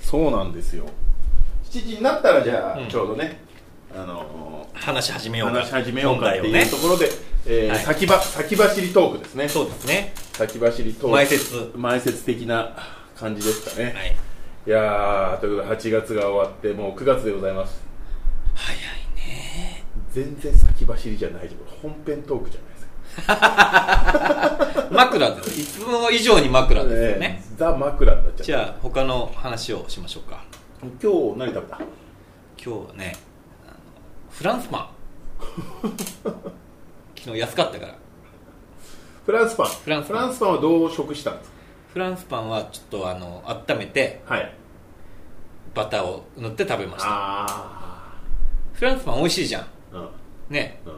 そうなんですよ7時になったらじゃあ、うんちょうどねあの話し始めーようか話し始めようかって本い題をうとねころで、えーはい先ば先走りトークですねそうですね先走りトーク前説は前説的な感じですかね、いい、早いやーということで8月が終わってもう9月でございますね全然先走りじゃないじゃんこれ本編トークじゃないですか枕ですいつも以上に枕ですよねえーザ・枕になっちじゃうゃあ他の話をしましょうか今日何食べた今日はねあのフランスパ ン昨日安かったからフランスパンフランスパンパンはどう食したんですフランスパンはちょっとあの温めてかはいバターを塗って食べましたあフランスパン美味しいじゃんあうんねうん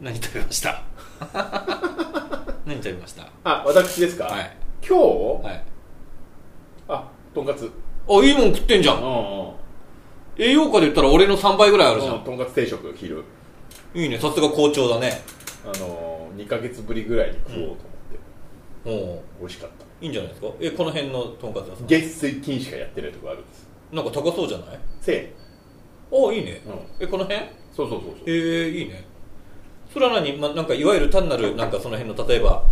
何食べました 何食べましたあ私ですか、はい今日、はいあとんかつうんあいいもん食ってんじゃん栄養価で言ったら俺の3倍ぐらいあるじゃうんとんかつ定食昼んいいねさすが好調だねあのー、2ヶ月ぶりぐらいに食おうと思って、おお美味しかったいいんじゃないですかえこの辺のとんかつ屋さん月水金しかやってないとこあるんですなんか高そうじゃないせえあいいね、うんえこの辺えそうそうそうそうー、いいねそれは何、ま、なんかいわゆる単なるなんかその辺の例えば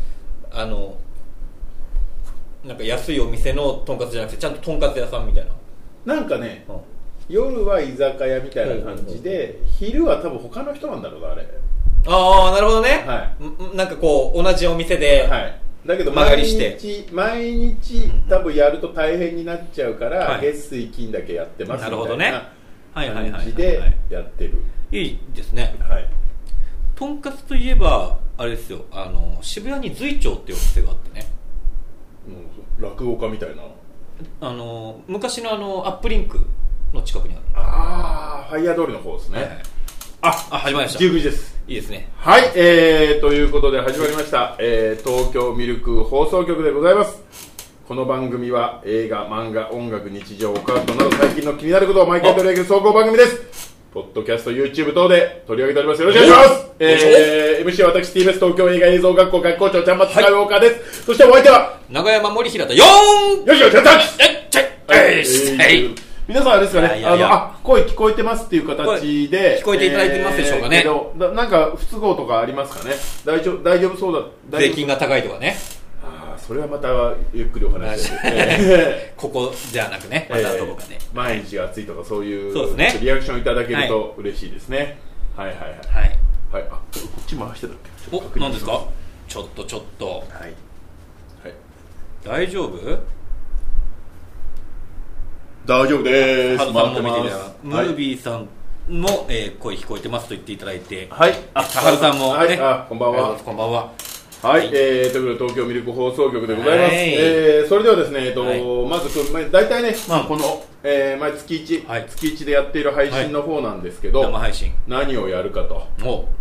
あのなんか安いお店のとんかつじゃなくてちゃんととんかつ屋さんみたいな、なんかねうん、夜は居酒屋みたいな感じで、昼は多分他の人なんだろうなあれああなるほどね、はんんなんかこう同じお店で、はいだけど間借毎りして日毎日多分やると大変になっちゃうから、はい月水金だけやってますみたいななるほどねはいはいはいは感いじでやってるいいですねはいとんかつといえばあれですよあの渋谷に随町っていうお店があってねもう落語家みたいなあの昔のあのアップリンクの近くにあるああファイヤー通りの方ですね、はいはいああ始まりましたい19時ですいですねはいえー、ということで始まりました、えー東京ミルク放送局でございますこの番組は映画漫画音楽日常オカルトなど最近の気になることを毎回取り上げる総合番組ですポッドキャスト YouTube 等で取り上げておりますよろしくお願いしますお願いしえー、MC は私 TBS 東京映画映像学校学校長ちゃんまつかいウォーカーです、そしてお相手は長山森平太4よしよしやったえっちょいえいしははいい、皆さんあれですかねいやいやいやあのあ声聞こえてますっていう形で声聞こえていただいてますでしょうかねえーけどななんか不都合とかありますかね大丈夫大丈夫そうだ大税丈夫金が高いとかねあーそれはまたゆっくりお話ししここじゃなくねまたどこかで、毎日が暑いとかそういうそうですねリアクションいただけると嬉しいですね、はい、はいはいはいはいあこっち回してたっけちょおっと確認何ですかちょっとちょっとはい、はい、大丈夫大丈夫でーハすルさんも回見っててみみまたすらムービーさんも、えー声聞こえてますと言っていただいてはい、はい、あハルさんもね、はい、あこんばんありがとうございはますこんばんははい、はいえー、ということで東京ミルク放送局でございます、はいえーそれではですね、えっとはいまずこれま大体ね、まあ、うんこの、えー毎月1、はい月1でやっている配信の方なんですけど、生配信何をやるかと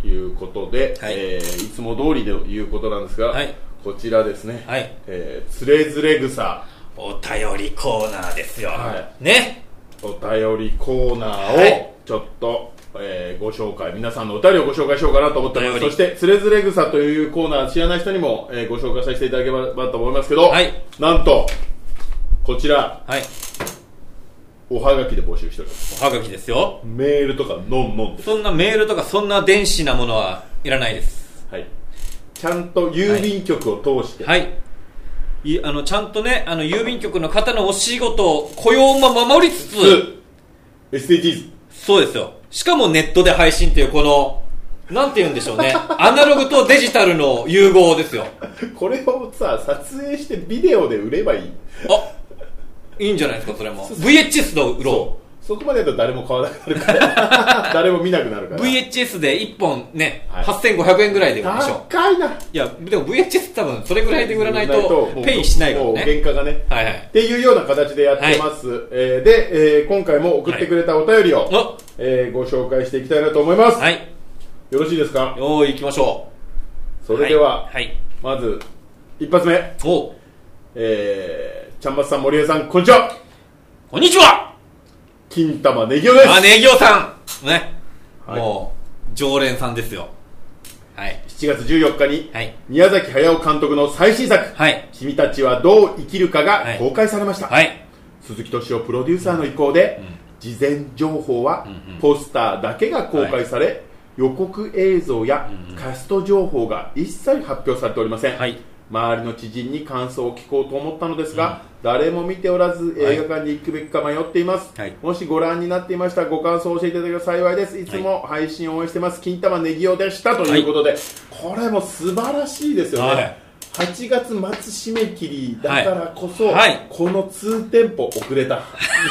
おいうことで、はいいえーいつも通りでいうことなんですが、はいこちらですね、はいえーつれづれ草お便りコーナーですよ、はねお便りコーナはーいをちょっと、えーご紹介皆さんのお便りをご紹介しようかなと思っておりますお便そりして「つれづれ草」というコーナー知らない人にも、えーご紹介させていただければと思いますけど、はいなんとこちらはいおはがきで募集しておりますおはがきですよメールとかのんのんです、そんなメールとかそんな電子なものはいらないですはい、ちゃんと郵便局を通して、はいいあのちゃんとねあの郵便局の方のお仕事を雇用も守りつつつ SDGs そうですよしかもネットで配信っていうこのなんて言うんでしょう ねアナログとデジタルの融合ですよこれをさ撮影してビデオで売ればいいあいいんじゃないですかそれも VHS の売ろうそこまでやると誰も買わなくなるから 誰も見なくなるから VHS で1本ね、はい8500円ぐらいで売るでしょ高いないやでも VHS 多分それぐらいで売らないともうペイしないからもうね原価がねはいはいっていうような形でやってます、えーで、えー今回も送ってくれたお便りを、おえーご紹介していきたいなと思います、はいよろしいですかよーい行きましょうそれでは、はい、はいまず一発目おえー、ちゃんまつさん森江さんこんにちはこんに ちは金玉ねぎおですあネギオさんね、はいもう常連さんですよはい7月14日にはい宮崎駿監督の最新作はい「君たちはどう生きるか」はがい公開されました、はい鈴木敏夫プロデューサーの意向で、事前情報はポスターだけが公開され、予告映像やキャスト情報が一切発表されておりません、はい周りの知人に感想を聞こうと思ったのですが、誰も見ておらず映画館に行くべきか迷っています、はいもしご覧になっていましたらご感想を教えていただければ幸いですいつも配信を応援してます金玉ネギオでしたということで、これも素晴らしいですよね、はい8月末締め切りだからこそ、はいこの2店舗遅れた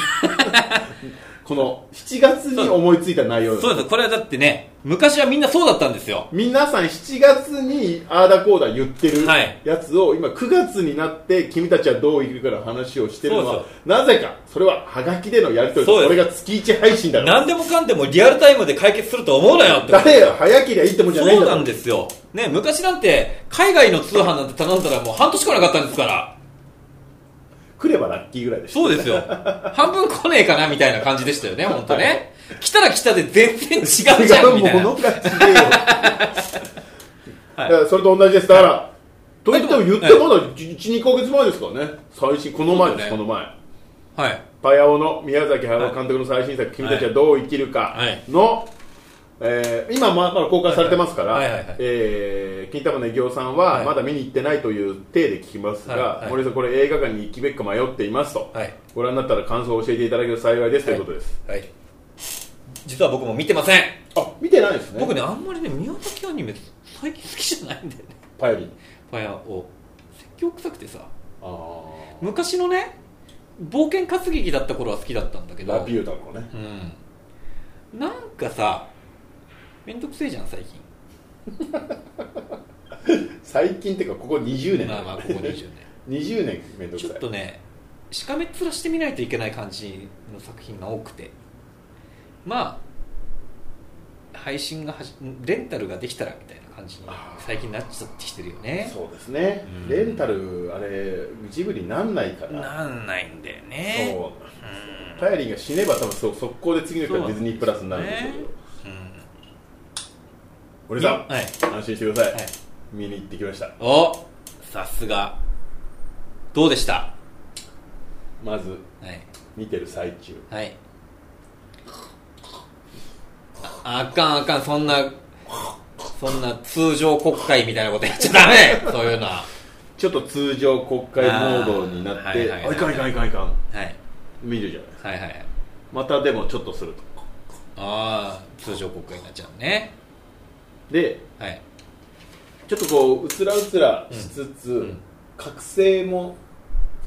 この7月に思いついた内容そうですこれはだってね昔はみんなそうだったんですよ皆さん7月にああだこうだ言ってるはいやつを今9月になって君たちはどう生きるかの話をしてるのそはうなぜかそれはハガキでのやり取りそうとですこれが月1配信だから何でもかんでもリアルタイムで解決すると思うなよっ て誰よ早けりゃいいってもんじゃないんそうだなかんらですよ、ね、昔なんて海外の通販なんて頼んだらもう半年来なかったんですから来ればラッキーぐらいでしょそ うですよ半分来ねえかなみたいな感じでしたよね本当ね来たら来たで全然違うじゃんみた 違ういなものが違えよだからそれと同じですだからと言っても言ってもまだ12ヶ月前ですからね最新この前ですそこうだねの前はいパヤオの宮崎駿監督の最新作「君たちはどう生きるかはいの」えー今まだ公開されてますからはいはいはいえー金玉の行さんははいまだ見に行ってないという体で聞きますが、はいはい森さんこれ映画館に行くべきか迷っていますと、はいご覧になったら感想を教えていただけると幸いですということです、はい実は僕も見てませんあ見てないですね僕ねあんまりね宮崎アニメ最近好きじゃないんだよねパヤリファイアを説教臭くてさあー昔のね冒険活劇だった頃は好きだったんだけどラピュータのねうんなんかさめんどくせえじゃん最近最近っていうかここ20年まあまあここ20 20年めんどく年ちょさっいとねしかめっ面してみないといけない感じの作品が多くてまあ配信がはじレンタルができたらみたいな感じにあー最近なっちゃってきてるよねそうですね、うんレンタルあれジブリなんないからなんないんだよねそうタヤリンが死ねば多分そう速攻で次の日からディズニープラスになるんでしょうけどうん俺さはいん安心してください、はい見に行ってきましたおさすがどうでしたはまずい見てる最中はいああかんあかんそんなそんな通常国会みたいなことやっちゃダ メそういうのはちょっと通常国会モードになってあーはいあはいいかんいかんいかんいかんはい見るじゃないはいはいまたでもちょっとするとああ通常国会になっちゃうねではいちょっとこううつらうつらしつつ、ん覚醒も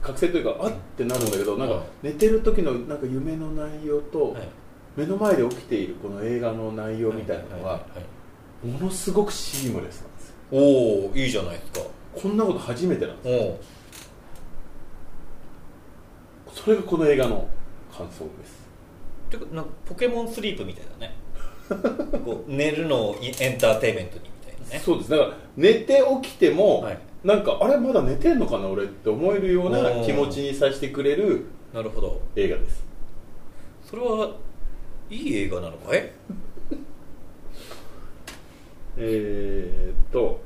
覚醒というかあってなるんだけどなんうんか寝てる時のなんか夢の内容と、はい目の前で起きているこの映画の内容みたいなのはがものすごくシームレスなんですよいおおいいじゃないですかこんなこと初めてなんでおおすそれがこの映画の感想ですてかなんかポケモンスリープみたいだねこう寝るのをいエンターテインメントにみたいなねそうですだから寝て起きても、はいなんかあれまだ寝てんのかな俺って思えるようなおー気持ちにさせてくれるなるほど映画ですそれはいい映画なのかいえー、っと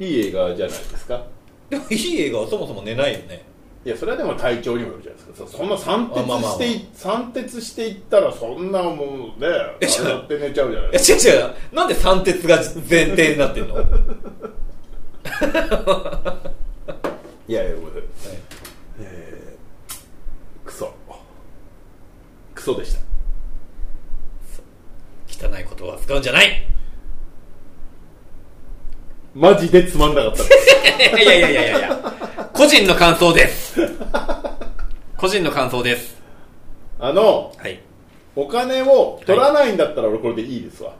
いい映画じゃないですかでもいい映画はそもそも寝ないよねいやそれはでも体調にもよるじゃないですかそそんな散あまあ徹まあしてい、散徹していったらそんなもうねあれちょだって寝ちゃうじゃないいやですか違う違うなんで三鉄が前提になってんのはいいやいやごめんなさいえー、クソクソでした汚い言葉は使うんじゃない マジでつまんなかったです いやいやいやいやいや個人の感想です個人の感想ですあのはいお金を取らないんだったら俺これでいいですわ、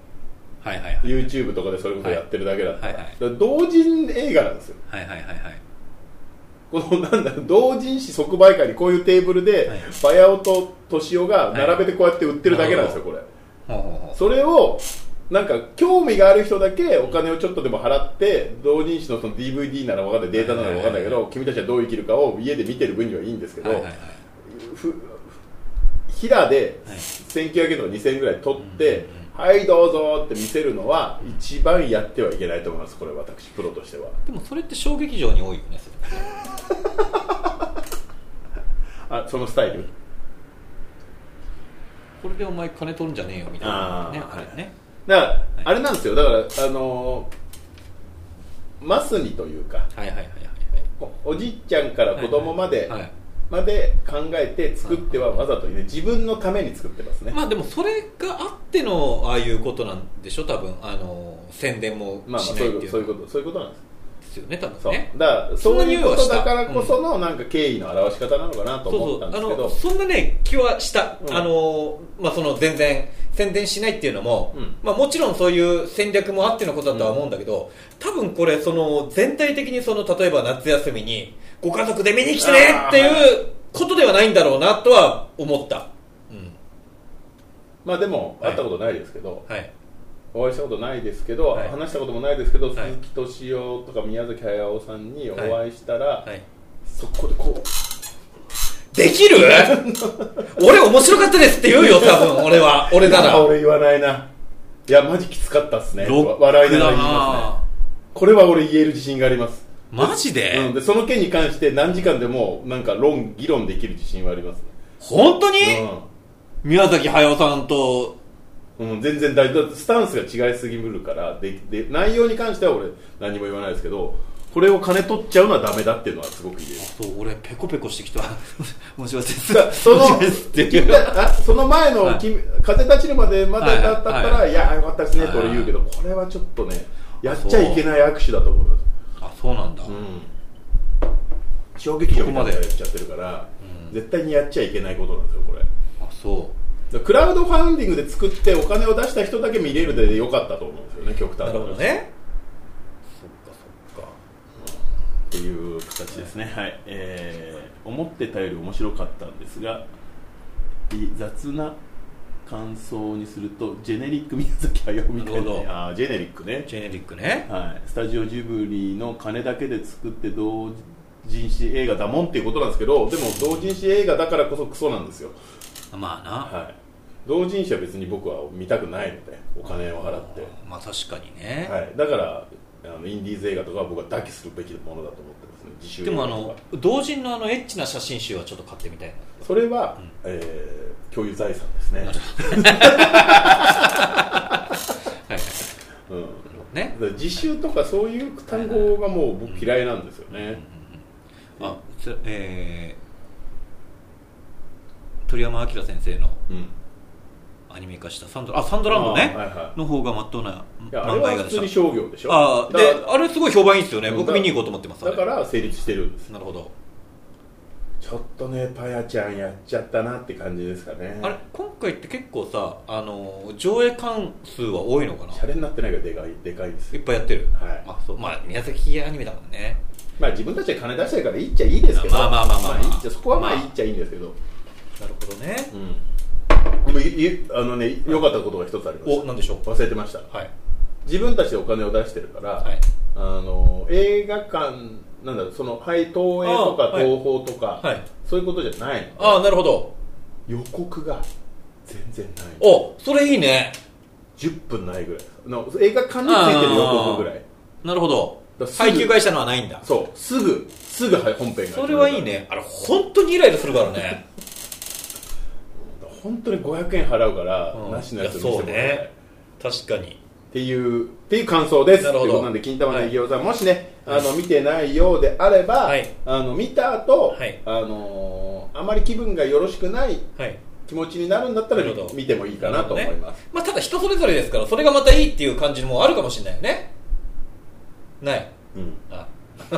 はいはいはい YouTube とかでそれこそやってるだけだったら,、はいはいはい同人映画なんですよはいはいはいはいこのなんだろう同人誌即売会にこういうテーブルで、はいバヤオとトシオが並べてこうやって売ってるだけなんですよ、これほうほうほうそれをなんか興味がある人だけお金をちょっとでも払って同人誌のその DVD なら分かんないデータなら分かんないけど君たちはどう生きるかを家で見てる分にはいいんですけど、はいはいはいひらではい1900円とか2000円ぐらい取って、はいどうぞって見せるのは一番やってはいけないと思いますこれ私プロとしてはでもそれって小劇場に多いよねそれあそのスタイルこれでお前金取るんじゃねえよみたいなねあーあれねだから、あれなんですよだからあのーマスにというかはいはいはいはいおおじいちゃんから子供まで、はい、はいまで考えて作ってはわざとね自分のために作ってますね、まあでもそれがあってのああいうことなんでしょ多分あの宣伝もまあ、まあそしうないいってういうそういうでことそういうことなんですすよね多そ分うねだからそういうことそんな匂いはしただからこそのなんか敬意の表し方なのかなとそう思そっうたんあですけどのそんなね気はした、うんあのまあその全然宣伝しないっていうのも、うんまあもちろんそういう戦略もあってのことだとは思うんだけど、多分これその全体的にその例えば夏休みにご家族で見に来てねってあいうことではないんだろうなとは思った、うん、まあでもはい会ったことないですけど、はいお会いしたことないですけど、はい話したこともないですけど、はい鈴木敏夫とか宮崎駿さんにおはい会いしたら、はいそこでこで きる俺面白かったですって言うよ多分俺はう俺ならあ俺言わないないやマジきつかったっすねロックだな笑いながら言いますねこれは俺言える自信がありますマジで、うん、でその件に関して何時間でもなんか論議論できる自信はあります、本当に、う宮崎駿さんとんうん、全然大丈夫スタンスが違いすぎるからでで内容に関しては俺何も言わないですけどこれを金取っちゃうのはダメだっていうのはすごく言えるそう俺ペコペコして きた面白いですだその 面白いですっていうあその前の、はい君風立ちるまでまでだったら、はいいはいはいやよかったですねと俺言うけどこれはちょっとねやっちゃいけない握手だと思いますあそうなんだ、うん衝撃場みたいなことやっちゃってるから、絶対にやっちゃいけないことなんですよこれあそうクラウドファンディングで作ってお金を出した人だけ見れるでよかったと思うんですよね極端ななるほどねそっかそっかっていう形ですねはい、えー思ってたより面白かったんですがい雑な感想にするとジェネリック宮崎駿みたいなるほどなあージェネリックねジェネリックねはい、スタジオジブリの金だけで作って同人誌映画だもんっていうことなんですけどでも同人誌映画だからこそクソなんですよまあな、はい、同人誌は別に僕は見たくないのでお金を払って、まあ確かにね、はい、だからあのインディーズ映画とかは僕は妥協するべきものだと思ってますね自主映で画ともかあの同人のあのエッチな写真集はちょっと買ってみたいなそれは、えー共有財産ですね、はいうん、ねだから自習とかそういう単語がもう僕嫌いなんですよね、あつえー、鳥山明先生のうんアニメ化したサンドラあサンドランドね、あーはいはいの方がまっとうないやあれ漫は画映画普で通にした商業でしょああだでからあれすごい評判いいですよねうん僕見に行こうと思ってますあだれから成立してるんですなるほどちょっとねパヤちゃんやっちゃったなって感じですかねあれ今回って結構さあの上映関数は多いのかなシャレになってないがでかいでかいですいっぱいやってる、はいあそうまあ宮崎アニメだもんねまあ自分たちで金出してるからいいっちゃいいですけどまあまあまあまあまあいいっちゃそこはまあいいっちゃいいんですけど、なるほどねでもいいあのね良かったことが一つありまおしなんでしょた忘れてましたうはい自分たちでお金を出してるから、はいあの映画館なんだろうその、はい、東映とあかはい東宝とか、はいそういうことじゃないのああなるほど予告が全然ないのおそれいいね10分ないぐらいの映画館についてる予告ぐらいなるほどだからすぐ配給会社のはないんだそうすぐすぐはい本編がそれはいいねあれ本当にイライラするからね本当に500円払うから、うんなしのやつ見せてもらえないいやそうね確かにっていうっていう感想ですなるほとどいうことなんで金玉の餃子、もしねあの見てないようであれば、はいあの見た後、はいあのーあまり気分がよろしくないはい気持ちになるんだったらなるほど見てもいいかなと思います、まあただ人それぞれですからそれがまたいいっていう感じもあるかもしれないよねないうん、あ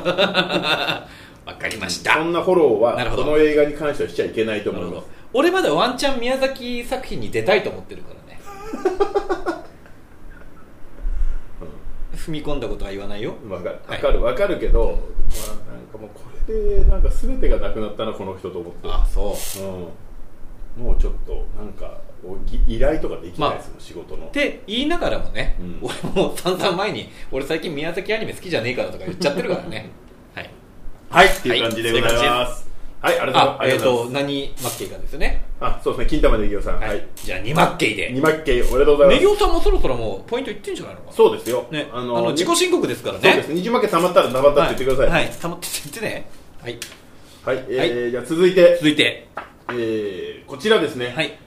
わかりましそんなフォローなはるほこどの映画に関してはしちゃいけないとな思るいほますど俺まだワンチャン宮崎作品に出たいと思ってるからね踏み込んだことは言わないよわかるはわいかるわかるけど、まあ、なんかもうこれでなんか全てがなくなったなこの人と思ってあそううん、もうちょっとなんかお依頼とかできないですもん、仕事のって言いながらもね、うん俺もう散々前に俺最 近宮崎アニメ好きじゃねえからとか言っちゃってるからねはいはいっていう感じでございます。はい、はい、ありがとうあございえまっ、す。と何マッケイかですよねあ、そうですね、金玉でぎょうさん。は、はいい。じゃあ2マッケイで二マッケイ、おめでとうございネギまオさんもそろそろもうポイントいってんじゃないのかす。そうですよ。なねあのー自己申告ですからねそうです。二十負けたまったらたまったって言ってくださ。はいい、はい、たまってってねはいはい。えーじゃあ続いて、続いてえーこちらですね。はい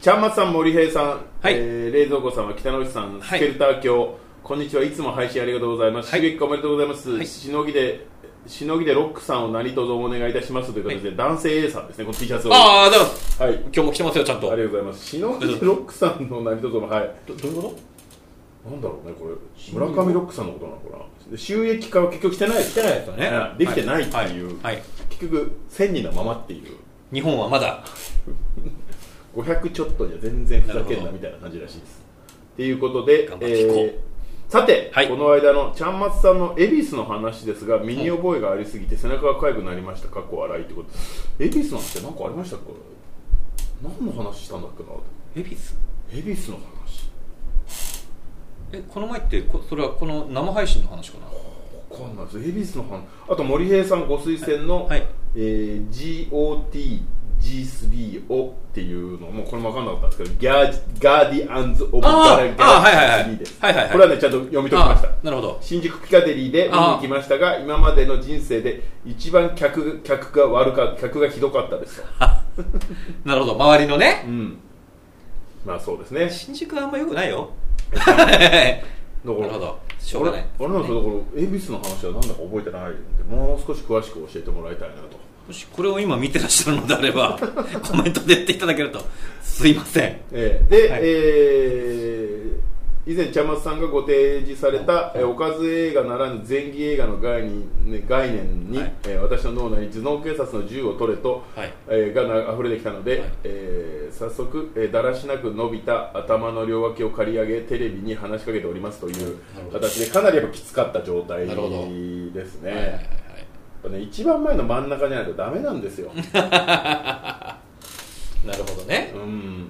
ちゃんまつさん、森平さん、はいえー冷蔵庫さんは北之内さん、スはいケルター卿、こんにちは、いつも配信ありがとうございます。はい刺激おめでとうございます。はいしのぎで、しのぎでロックさんを何卒お願いいたしますという形で、男性 A さんですね、この T シャツを。はい。ああだからあり今日も来てますよちゃんとがとうございます。しのぎでロックさんの何卒も、はい。どどういうこなんだろうね、これ。村上ロックさんのことなのかな。で収益化は結局してない。としてないですよねうんできてないっていう。はい、はい結局、1000人のままっていう。日本はまだ500ちょっとじゃ全然ふざけんなるほなどみたいな感じらしいです。っていうことで頑、張っていこうえーさて、はいこの間のちゃんまつさんの恵比寿の話ですが、身に覚えがありすぎて背中がかゆくなりました、過去笑いってこと。恵比寿なんて何かありましたか何の話したんだっけな恵比寿恵比寿の話。えこの前ってこそれはこの生配信の話かなわかんないです。恵比寿の話。あと森平さんご推薦の、はいえー GOTG3 をっていうのもこれも分かんなかったんですけどガーガーディアンズ・オブ・あガーラあーはいはガいはラいス3ですはいはいはいこれはねちゃんと読み解きましたあーなるほど新宿ピカデリーで見に行きましたが今までの人生で一番客客が悪か客がひどかったですとなるほど周りのねうんまあそうですね新宿はあんまよくない よだからなるほどしょうがない俺俺なんですよだから恵比寿の話はなんだか覚えてないんでもう少し詳しく教えてもらいたいなともしこれを今見てらっしゃるのであれば コメントで言っていただけるとすいませんえーで、はいえー以前茶松さんがご提示された、えーおかず映画ならぬ前戯映画の概念,、ね、概念に、はいえー私の脳内に頭脳警察の銃を取れと、はいえーがな溢れてきたので、はいえー早速、えーだらしなく伸びた頭の両脇を刈り上げテレビに話しかけておりますというなるほど形でかなりやっぱきつかった状態なるほどですね。はいはいはいはいやっぱね一番前の真ん中じゃないとダメなん ですよ。なるほどねうん、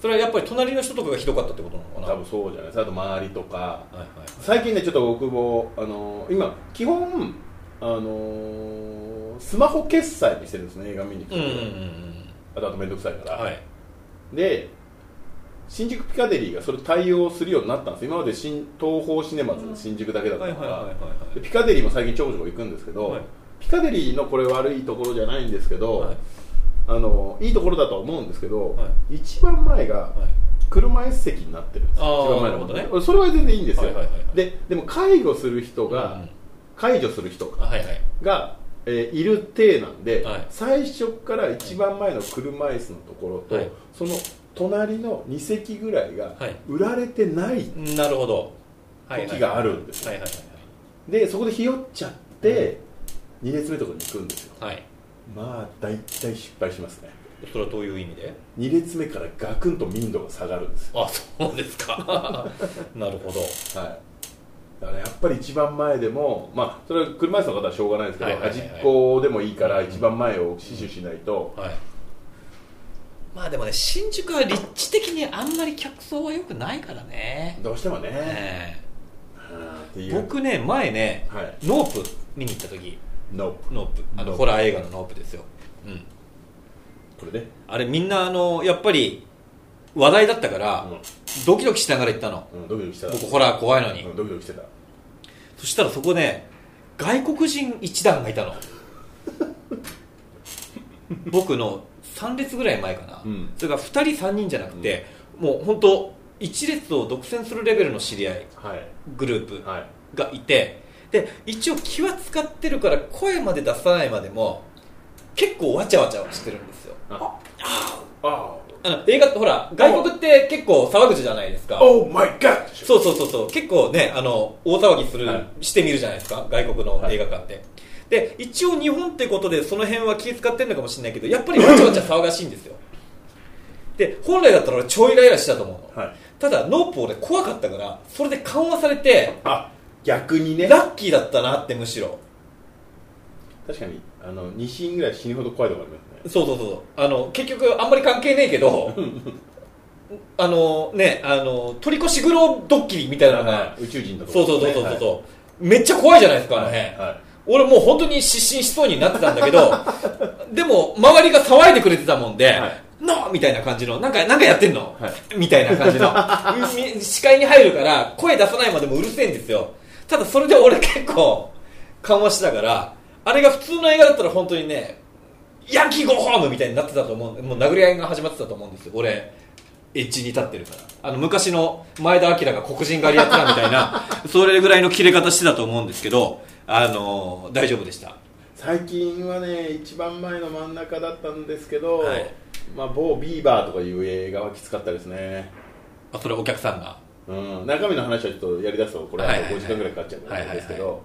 それはやっぱり隣の人とかがひどかったってことなのかな多分そうじゃないですか。あと周りとか。はいはい最近ねちょっと僕もあのー今基本あのースマホ決済にしてるんですね映画見に行くとうんき、うんうんあとあと面倒くさいから、うんはいで新宿ピカデリーがそれ対応するようになったんです今まで新東宝シネマズ新宿だけだったはいはいかはいはらでピカデリーも最近ちょこちょこ行くんですけど、はいピカデリーのこれ悪いところじゃないんですけど、いはいはいあのーいいところだとは思うんですけど、は一番前が車椅子席になってるんですあー一番前のなるほどね俺それは全然いいんですよ、はいはいはいはいででも介護する人うが、んうん解除する人あはいはいが、えーいる体なんで、はい最初から一番前の車椅子のところと、はいその隣の2席ぐらいがはい売られてないなるほどはいはい時があるんですよ、はいはいでそこでひよっちゃって、2列目とかに行くんですよはいはいまあ大体失敗しますねそれはどういう意味で2列目からガクンと民度が下がるんですよあそうですかなるほどはいだからやっぱり一番前でも、まあ、それは車椅子の方はしょうがないですけど、はいはいはいはい端っこでもいいから一番前を死守しないと、はいまあでもね新宿は立地的にあんまり客層は良くないからねどうしてもね、えあーってえいう僕ね前ねはいノープ見に行った時ノープノープあノーのプホラー映画のノープですよ、うん、これね、あれみんなあのやっぱり話題だったから、ドキドキしながら行ったのうん、ドキドキしてた僕ホラー怖いのに、うんドキドキしてたそしたらそこね外国人一団がいた の僕の3列ぐらい前かな、うんそれから2人3人じゃなくて、もう本当1列を独占するレベルの知り合いはいグループ、はいがいてで一応気は使ってるから声まで出さないまでも結構わちゃわちゃはしてるんですよあああの映画ってほら外国って結構騒ぐじゃないですかオーマイガッそうそうそうそう結構ねあの大騒ぎする、はいしてみるじゃないですか外国の映画館って、で一応日本ってことでその辺は気使ってるのかもしれないけどやっぱりわちゃわちゃ騒がしいんですよで本来だったら俺超イライラしてたと思うの、はいただノープ俺怖かったからそれで緩和されてあ逆にねラッキーだったなってむしろ確かにあの2シーンぐらい死ぬほど怖いとこありますねそうそうそうそうあの結局あんまり関係ねえけどあのねあの取り越し苦労ドッキリみたいなのが、はい宇宙人とかそうそうそうそうそう、うめっちゃ怖いじゃないですかあの辺、はいはい俺もう本当に失神しそうになってたんだ けどでも周りが騒いでくれてたもんで、はいのみたいな感じのなんかなんかやってんの、はいみたいな感じ のみ視界に入るから声出さないまでもうるせえんですよただそれで俺結構緩和してたからあれが普通の映画だったら本当にねヤンキーゴーホームみたいになってたと思うもう殴り合いが始まってたと思うんですよ俺エッジに立ってるからあの昔の前田明が黒人狩りやってたみたいな それぐらいの切れ方してたと思うんですけどあの大丈夫でした最近はね一番前の真ん中だったんですけど、はいまあ、某ビーバーとかいう映画はきつかったですね、あそれお客さんがうん、中身の話はちょっとやりだすとこれははいはいは5い時間ぐらいかかっちゃうからあれですけど、はい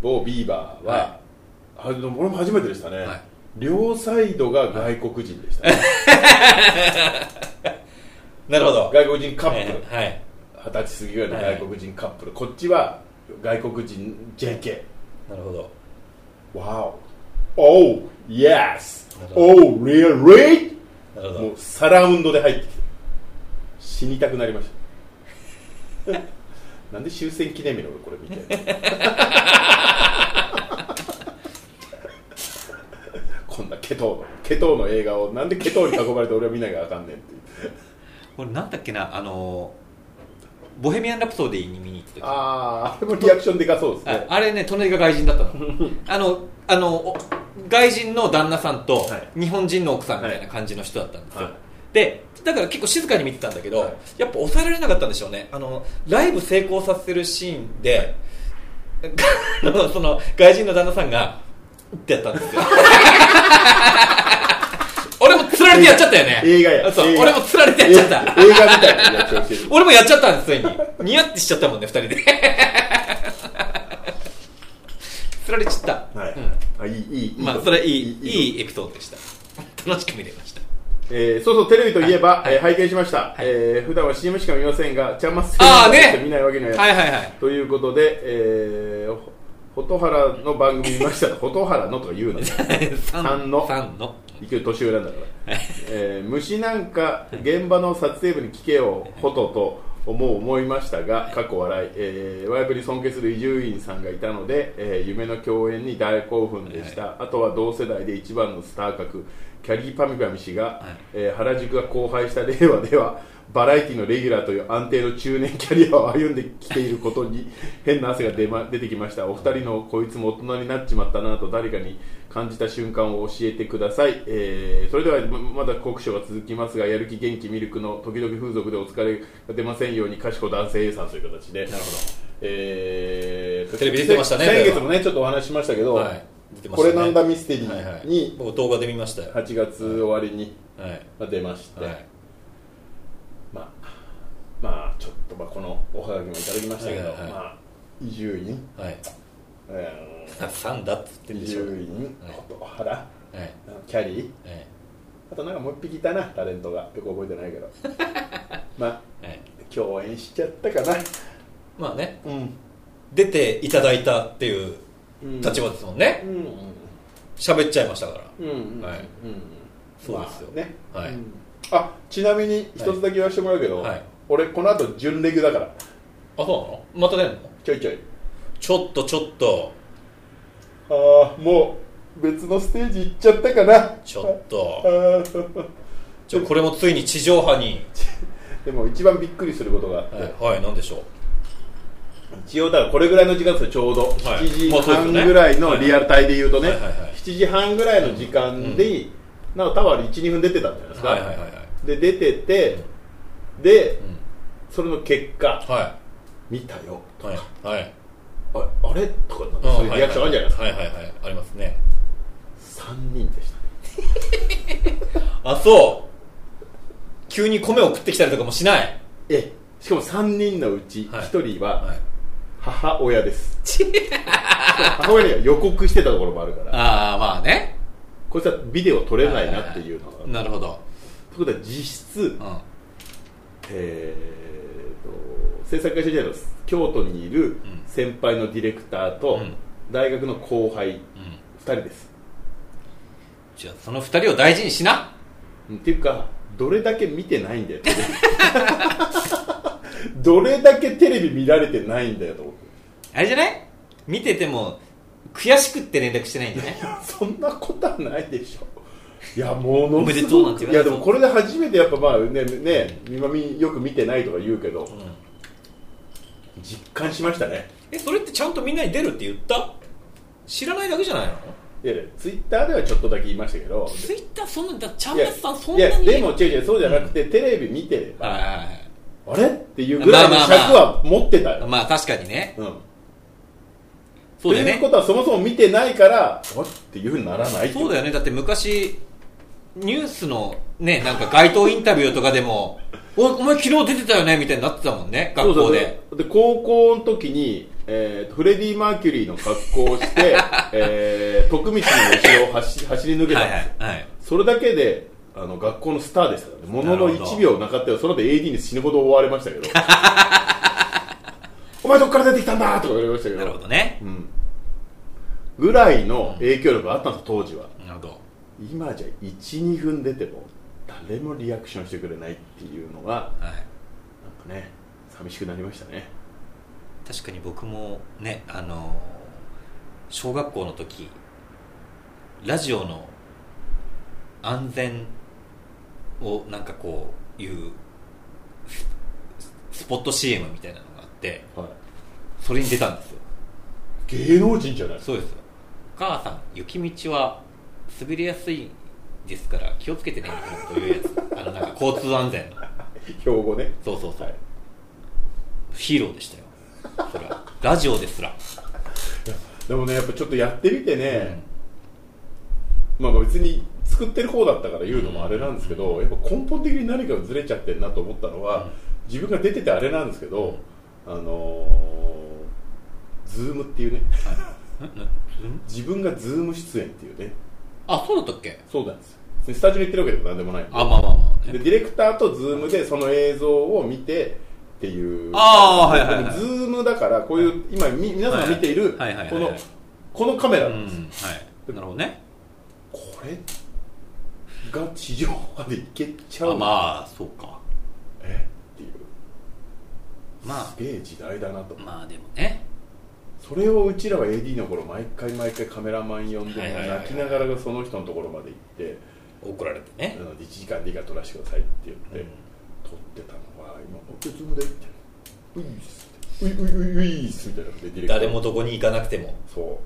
某ビーバーは、はあでも俺も初めてでしたね、はい両サイドが外国人でした、ね、なるほど外国人カップルはいはい二十歳過ぎぐらいの外国人カップル、こっちは外国人 JK なるほど Wow Oh yes なるほ Oh really なるほもどうサラウンドで入ってきて死にたくなりました なんで終戦記念日の俺 これみたいなこんなケトーケトーの映画をなんでケトーに囲まれて俺は見なきゃあかんねんっていうこれなんだっけなあのボヘミアン・ラプソディに見に行った時あああれもリアクションでかそうですあねあれね隣が外人 だったのあのあのお外人の旦那さんとはい日本人の奥さんみたいな感じの人だったんですよ、はいでだから結構静かに見てたんだけど、はいやっぱ抑えられなかったんでしょうねあのライブ成功させるシーンで、あの その外人の旦那さんがってやったんで すよ俺も釣られてやっちゃったよね映画やそう映画俺も釣られてやっちゃったえ映画みたいなリアクションしてる俺もやっちゃったんです、ついに。ニヤってしちゃったもんね、二人で。 釣られちゃった。はい、うんあいいいいいいまあ、それいい、いいいエピソードでした。楽しく見れました。えーそうそうテレビといえば、はいえー拝見しました、いえー普段は CM しか見ませんがちゃんまつあーね見ないわけにはいかはないいはいはい。ということで、えー、ほ蛍原の番組見ました蛍原のとか言うの 三の三の。一応年上なんだから、えー虫なんか現場の撮影部に聞けよほとと思う思いましたが過去笑い、えー、ワイプに尊敬する伊集院さんがいたので、えー夢の共演に大興奮でした、あとは同世代で一番のスター格キャリーパミュパミ氏が、えー原宿が荒廃した令和ではバラエティのレギュラーという安定の中年キャリアを歩んできていること に変な汗が出,、ま、出てきましたお二人のこいつも大人になっちまったなと誰かに感じた瞬間を教えてください、えーそれではままだ酷暑が続きますがやる気元気ミルクの時々風俗でお疲れが出ませんように賢男性 A さんという形でなるほど、えーテレビ出てましたね先先月もねちょっとお話ししましたけど、はい。出てまこしたねれなんだミステリはいはーい。に僕動画で見ましたよ。は8月終わりにい。まあ出まして、はい。まあ、まあちょっとまあこのおはがきもいただきましたけど、はいはいはいまあ伊集院、はい。 え三だっつってーん伊でしょ。集院、はい蛍原、はい。キャリー、はい。あとなんかもう一匹いたな、タレントが、よく覚えてないけど、 まあ、はい。共演しちゃったかな、まあね、うん、出ていただいたっていう立場ですもんねう。ん、喋っちゃいましたから。うん、うん、はいうん、そうですよまあね、はいうんあちなみに一つだけ言わせてもらうけど、はい俺、この後準レギュだから、あ、そうなのまた出るのちょいちょい。ちょっとちょっと、ああもう別のステージ行っちゃったかなちょっと。あじゃあこれもついに地上波に、ーでも一番びっくりすることがあって、はい、はい、なんでしょう。一応だからこれぐらいの時間ですよちょうど、はい7時まあそうです半よねぐらいのリアルタイで言うとね、はいはいはい7時半ぐらいの時間で、なんかタワーで12分出てたんじゃないですか、はいはいはいはい。で出ててで、んそれの結果は見たよい。はい。はい。ああれとかなんかそういうリアクションあるんじゃないですか、はいはいはい。ありますね。 3人でしたあ、そう。急に米を送ってきたりとかもしない。ええしかも3人のうちはい1人ははい。母親です、母親には予告してたところもあるからああ、まあね。こいつはビデオ撮れないなっていうのが、なるほど。ということは実質うん。、えー、と制作会社時代の京都にいる先輩のディレクターとうん大学の後輩うん。 2人です、じゃあ、その二人を大事にしな。うんっていうかどれだけ見てないんだよ どれだけテレビ見られてないんだよと思ってあれじゃない見てても、悔しくって連絡してないんだね そんなことはないでしょいやものおめですとうなんごくてい言われやでたもこれで初めてやっぱまあねね今みよく見てないとか言うけど、実感しましたねえそれってちゃんとみんなに出るって言った知らないだけじゃないのいやツイッターではちょっとだけ言いましたけどツイッターそんなだチャンいネやルさんそんいなやにでも違う違うそうじゃなくて、テレビ見てればはいはいはいあれっていうぐらいのまあ尺まあまあは持ってたよ、まあ確かにねうんそうだよというねことはそもそも見てないからあっていうふうにならないそうだよよねだって昔ニュースのねなんか街頭インタビューとかでも「おお前昨日出てたよね」みたいになってたもんね学校でで高校の時に、えーとフレディ・マーキュリーの格好を して、えー徳道の後ろを走走り抜けたんですよ、はいはいはいそれだけであの学校のスターでしたからねもののなるほど1秒なかったよその後 AD に死ぬほど追われましたけど お前どっから出てきたんだとか言われましたけどなるほどねうん、ぐらいの影響力があったんです当時はなるほど今じゃ12分出ても誰もリアクションしてくれないっていうのがはいなんかね寂しくなりましたね確かに僕もねあの小学校の時ラジオの安全をなんかこういうススポット CM みたいなのがあってはいそれに出たんですよ芸能人じゃないそうですよお母さん雪道は滑りやすいですから気をつけてねみたいなこと言うやつあのなんか交通安全の標語ねそうそうそう、はいヒーローでしたよそれはラジオですらでもねやっぱちょっとやってみてね、まあまあ別に作ってる方だったから言うのもあれなんですけど、やっぱ根本的に何かがずれちゃってるなと思ったのは、うん自分が出ててあれなんですけど、あのー、ズームっていうね自分がズーム出演っていうねあそうだったっけそうなんですよ別にスタジオに行ってるわけでも何でもないんであまあまあまあ、でね、ディレクターとズームでその映像を見てっていうあーはいはいはいズームだからこういう今み皆さんが見ているはいはいはいはいこのこのカメラうなんんです、はいなるほどねこれが地上までいけちゃあうまあそうかえっていうますげえ時代だなとあまあでもねそれをうちらは AD の頃毎回毎回カメラマン呼んではいはいはいはい泣きながらその人のところまで行って怒られてあねの1時間でいいから撮らせてくださいって言って、うん撮ってたのは今「お手伝い」って「ういっす」って「ういういういっす」みたいなことでディレクター誰もどこに行かなくてもそ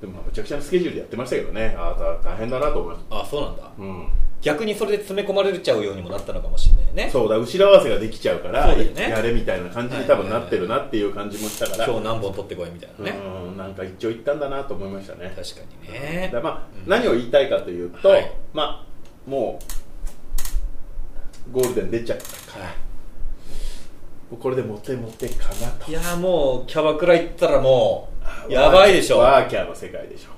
うでもまあむちゃくちゃなスケジュールでやってましたけどねああ大変だなと思いましあそうなんだたうん逆にそれで詰め込まれちゃうようにもなったのかもしれないよ ねそうだ後ろ合わせができちゃうからそうだよねやれみたいな感じに多分なってるなっていう感じもしたから、今日何本取ってこいみたいなね、うんなんか一応言ったんだなと思いましたね確かにねだからまあうん何を言いたいかというと、はいまあもうゴールデン出ちゃったからはもうこれでモテモテかなといいやーもうキャバクラ行ったらもうやばいでしょワーキャーの世界でしょ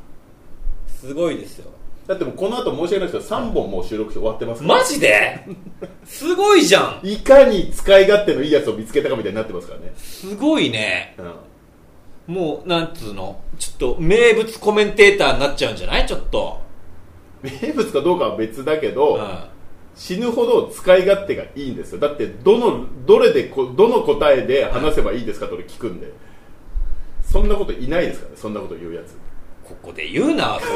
すごいですよだってもうこの後申し訳ないですけど3本もう収録して終わってますからマジですごいじゃんいかに使い勝手のいいやつを見つけたかみたいになってますからね、すごいねうん、もうなんつうのちょっと名物コメンテーターになっちゃうんじゃないちょっと名物かどうかは別だけど、うん死ぬほど使い勝手がいいんですよだってどのどれでこどの答えで話せばいいですかと俺聞くんでそんなこといないですからねそんなこと言うやつここで言うなそれ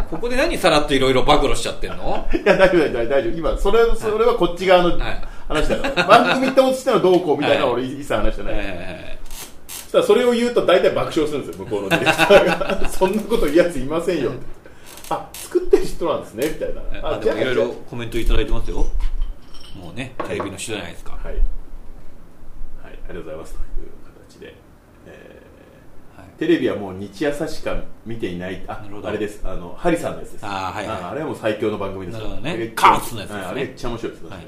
ここで何さらっといろいろ暴露しちゃってんのいや大丈夫大丈夫大丈夫今それそれはこっち側のはい話だから、番組としてのどうこうみたいなのはは俺一切話してない、えそしたらそれを言うと大体爆笑するんですよ向こうのディレクターがそんなこと言うやついませんよってあ作ってる人なんですねみたいーなあでもいろいじゃあろコメントいただいてますよもうねテレビの人じゃないですかはい、はい、ありがとうございますという形で、えーはいテレビはもう日朝しか見ていないあなるほどあれですあのハリさんのやつですあーはいはいあれはもう最強の番組ですなるほどねあれがカーツのやつですねはいあれめっちゃ面白いです、ねはい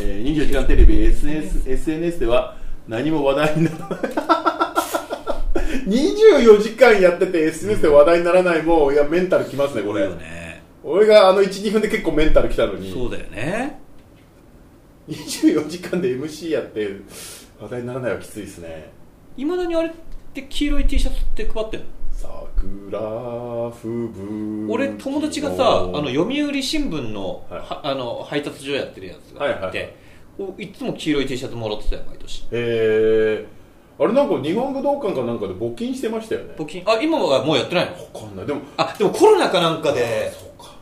えー、24時間テレビ SNS, SNS では何も話題にならない 24時間やってて SNS で話題にならない、もういやメンタルきますねすこごれいよね俺があの12分で結構メンタルきたのにそうだよね24時間で MC やって話題にならないはきついですねいまだにあれって黄色い T シャツって配ってんの桜吹雪俺友達がさあのはい読売新聞の,はいは、あの配達所やってるやつがいて、はいはいはいおいつも黄色い T シャツもらってたよ毎年えー、あれなんか日本武道館かなんかで募金してましたよね募金あ今はもうやってないのわかんないでもあでもコロナかなんかでそうか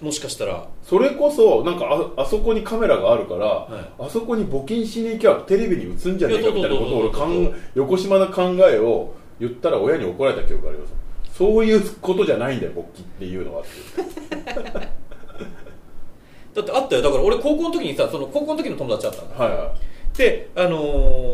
もしかしたらそれこそなんかああそこにカメラがあるから、いあそこに募金しに行きゃテレビに映んじゃねえかみたいなことを俺かいやそん横島な考えを言ったら親に怒られた記憶がありますそういうことじゃないんだよ勃起っていうのはってだってあったよだから俺高校の時にさその高校の時の友達あったのはいはで、あの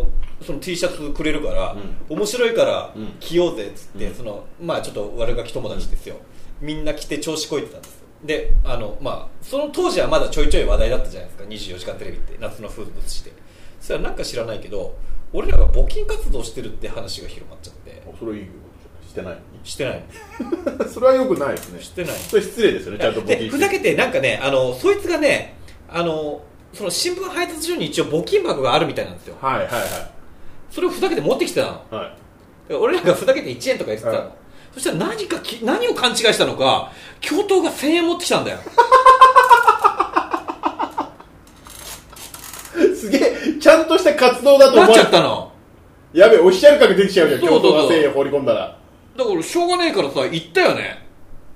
ーその T シャツくれるから、面白いからうん着ようぜっつって、うんそのまあちょっと悪ガキ友達ですよ、みんな着て調子こいてたんですよであのまあその当時はまだちょいちょい話題だったじゃないですか『24時間テレビ』って夏の風物詩でそしたらなんか知らないけど俺らが募金活動してるって話が広まっちゃっていそれいい ことじゃないしてしてないないのそれはよくないですねのしてないのそれ失礼ですよねちゃんと募金でしてふざけてなんかねあのそいつがねあのその新聞配達所に一応募金箱があるみたいなんですよはいはいそれをふざけて持ってきてたのはいはい俺らがふざけて1円とか言ってたの、はいそしたら何かき何を勘違いしたのか教頭が1000円持ってきた んだよすげえちゃんとした活動だとな思っわちれゃったのやべえオフィシャル感が出てきちゃうじゃんそう競そうそう争がせい放り込んだらだからしょうがねえからさ行ったよね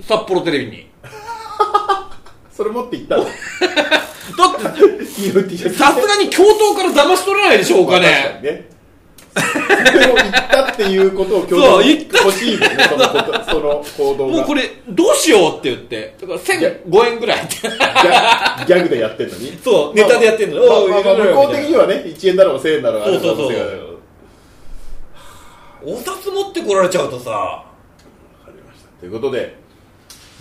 札幌テレビにそれ持って行 ったのいいだってよ T シャツさすがに教頭から騙し取れないでしょお確か金にね。それを言ったっていうことをそう強言っ調欲しいもんね、その ことその行動が。もうこれどうしようって言ってだから1005円ぐらいってギャギャグでやってんのに。そうネタでやってんのまあおいまあまあいろいろ向こう的にはね、1円だろうが1000円だろうがあれだろそうそうそう可能性があるお札持ってこられちゃうとさわかりました。ということで、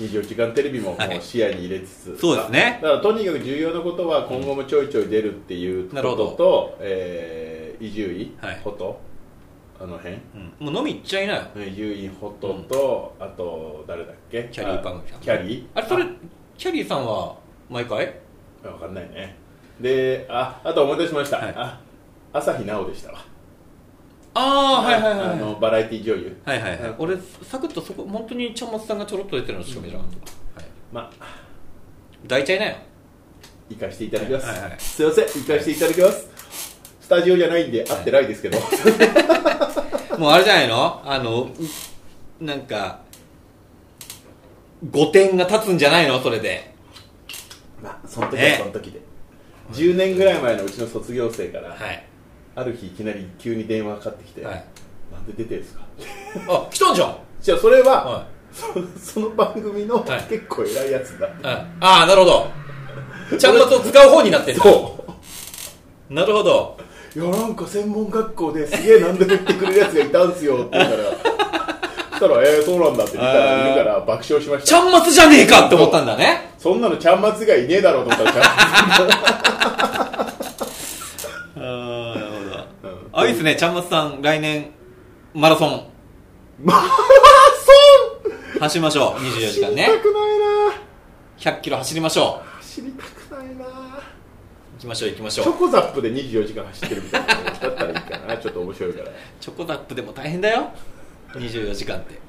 24時間テレビももはいう視野に入れつつ、そうですねだからとにかく重要なことは今後もちょいちょい出るっていうこなるほとどと、えー、伊集院、はいホト、あの辺。もう飲み行っちゃいなよ伊集院ホトと、あと誰だっけキャリーパンさんあキャリーあれそれキャリーさんは毎回わかんないねでああと思い出しました、はいあ朝日奈央でしたわああはいはいはいあはいのバラエティ女優はいはいはいうん俺サクッとそこ本当にちゃんまつさんがちょろっと出てるのしか見なかった、はい、まあ抱いちゃいなよ行かしていただきます、はいはいすいません行かしていただきます、スタジオじゃないんで会ってないですけど、もうあれじゃないのあのうなんか5点が立つんじゃないのそれでまあその時はねその時で、10年ぐらい前のうちの卒業生から、はい、ある日いきなり急に電話がかかってきて、はい、なんで出てるんですか あ来たんじゃん、じゃあそれは、はそその番組のはい結構偉いやつだ、 いはい、ああなるほどちゃんまつを使う方になってんだそうなるほどいやなんか専門学校ですげえ何でも言ってくれるやつがいたんすよって言うからそしたら「えー、そうなんだ」って見たら見るから爆笑しましちたゃんまつじゃねえかって思ったんだねそんなのちゃんまつがいねえだろうと思ったらちああなるほどゃん、うん、あいいですねちゃんまつさん来年マラソン走りましょう24時間走りねたくないな100キロ走りましょ走りたくないなう行きましょう行きましチょうョコザップで24時間走ってるみたいなのだったらいいかなちょっと面白いからチョコザップでも大変だよ24時間って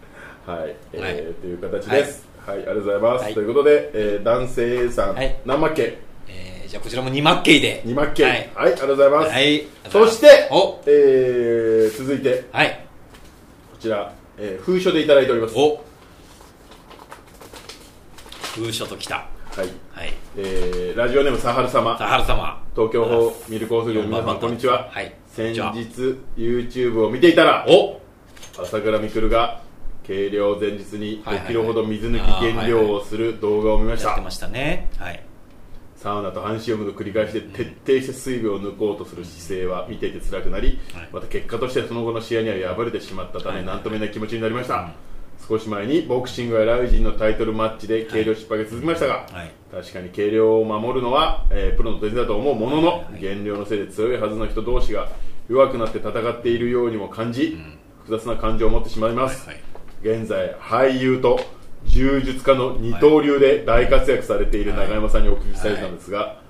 はい、えーはいという形ですはい、ありがとうございます、はいということで、えー男性 A さん、はい何負けえー、じゃあこちらも2マッケイで2負けははいい、、ありがとうございます、はい、そしてお、えー続いてはいこちら、えー封書でいただいておりますお風書ときたはい、はいえーラジオネームサハル様さあ春様東京法ミルク放送局の皆こんさばんんはこんにちは、はい先日こんに YouTube を見ていたらお朝倉未来が計量前日にはいはいは5キいロほど水抜き減量をする動画を見ました、やってましたねはいサウナとハンシウムの繰り返しで徹底して水分を抜こうとする姿勢は見ていて辛くなり、はいまた結果としてその後の試合には敗れてしまったたはめい何とも言えない気持ちになりました、少し前にボクシングやライジンのタイトルマッチで軽量失敗が続きましたが、はい確かに軽量を守るのは、えープロの手伝だと思うものの、はい減量のせいで強いはずの人同士が弱くなって戦っているようにも感じ、複雑な感情を持ってしまいます、はい現在俳優と柔術家の二刀流で大活躍されている永山さんにお聞きしたいたんですが、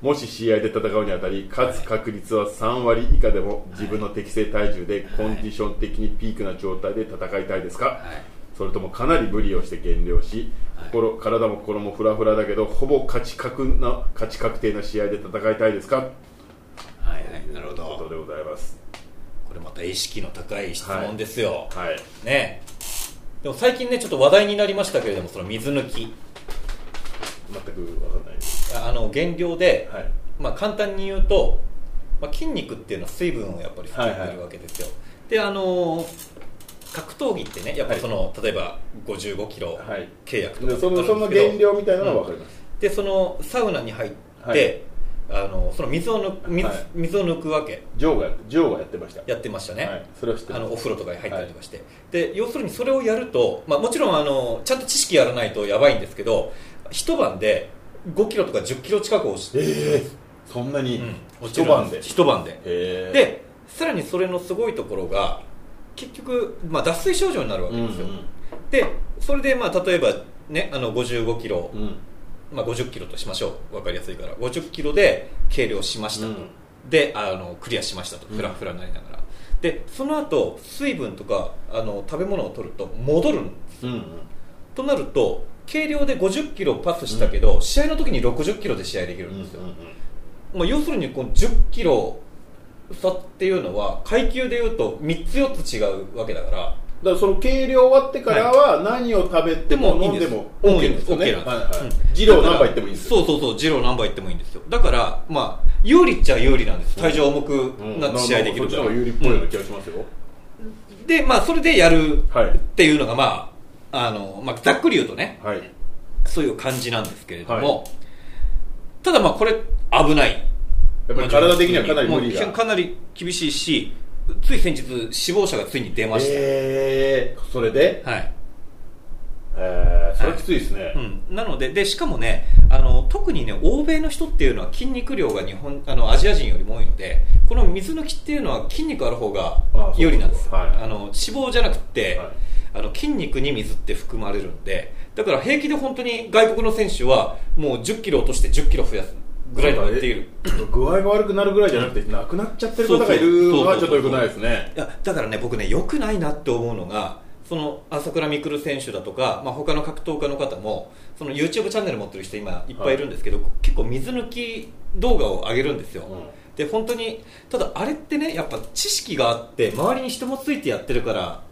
もし試合で戦うにあたり勝つ確率は3割以下でも自分の適正体重でコンディション的にピークな状態で戦いたいですか、はいそれともかなり無理をして減量し心体も心もフラフラだけどほぼ勝ち確な勝ち確定な試合で戦いたいですかはいはいなるほというこどとでございますこれままた意識の高い質問ですよ、はいねでも最近ねちょっと話題になりましたけれどもその水抜き全くわかんないですああの減量で、はいまあ、簡単に言うと、まあ、筋肉っていうのは水分をやっぱり含んでいるわけですよ、であのー格闘技ってねやっぱりその、例えば55キロはい契約とかでその取るそんのですけど減量みたいなのはわかります、でそのサウナに入って、あのその水を抜く水,、はい水を抜くわけジョーがジョーがやってましたやってましたね、はい、それは知ってあまのすお風呂とかに入ったりとかして、で要するにそれをやると、まあ、もちろんあのちゃんと知識やらないとやばいんですけど一晩で5キロとか1 0キロ近く落ちて、ええそんなにうん落ち一る晩で、一晩でへえでさらにそれのすごいところが結局、まあ、脱水症状になるわけですよ、うんうんでそれで、まあ、例えば、ね、あの55キロ、うんまあ、50キロとしましょう分かりやすいから50キロで計量しましたと、うんであのクリアしましたとうんフラフラになりながら、でその後水分とかあの食べ物を取ると戻るんですうんうんとなると計量で50キロパスしたけど、試合の時に60キロで試合できるうんんですよ、うんまあ、要するにこの10キロ差っていうのは階級でいうと3つ4つ違うわけだかだらからその計量終わってからは何を食べても飲んでもいいん OK でですすよね OK なんですはいはうんい二郎何杯いってもいいんですよそうそうそう、ジロー何杯いってもいいんですよ。だから、まあ、有利っちゃ有利なんです。体重重くうんなって試合できるそかっちの方ら。が有利っぽいようなう気がしますよ、んで、まあ、それでやるはいっていうのが、まあ、あの、まあ、ざっくり言うとね、はいそういう感じなんですけれどはも、ただまあ、これ、危ない。やっぱり体的にはかなり無理もうがかなり厳しいし、つい先日、死亡者がついに出ました。えー、それで、はい。えー、それきついですね、うん、なのででしかもねあの特にね欧米の人っていうのは筋肉量が日本あのアジア人よりも多いのでこの水抜きっていうのは筋肉ある方がああそう有利なんですよはいあの脂肪じゃなくって、はいあの筋肉に水って含まれるんでだから平気で本当に外国の選手はもう1 0キロ落として1 0キロ増やすぐらいになっている具合が悪くなるぐらいじゃなくてなくなっちゃってる方がいるのはちょっとよくないですねいやだからね僕ね良くないなって思うのがその朝倉未来選手だとか、まあ、他の格闘家の方もその YouTube チャンネル持ってる人今いっぱいいるんですけど、結構水抜き動画を上げるんですよ、うんで本当にただあれってねやっぱ知識があって周りに人もついてやってるから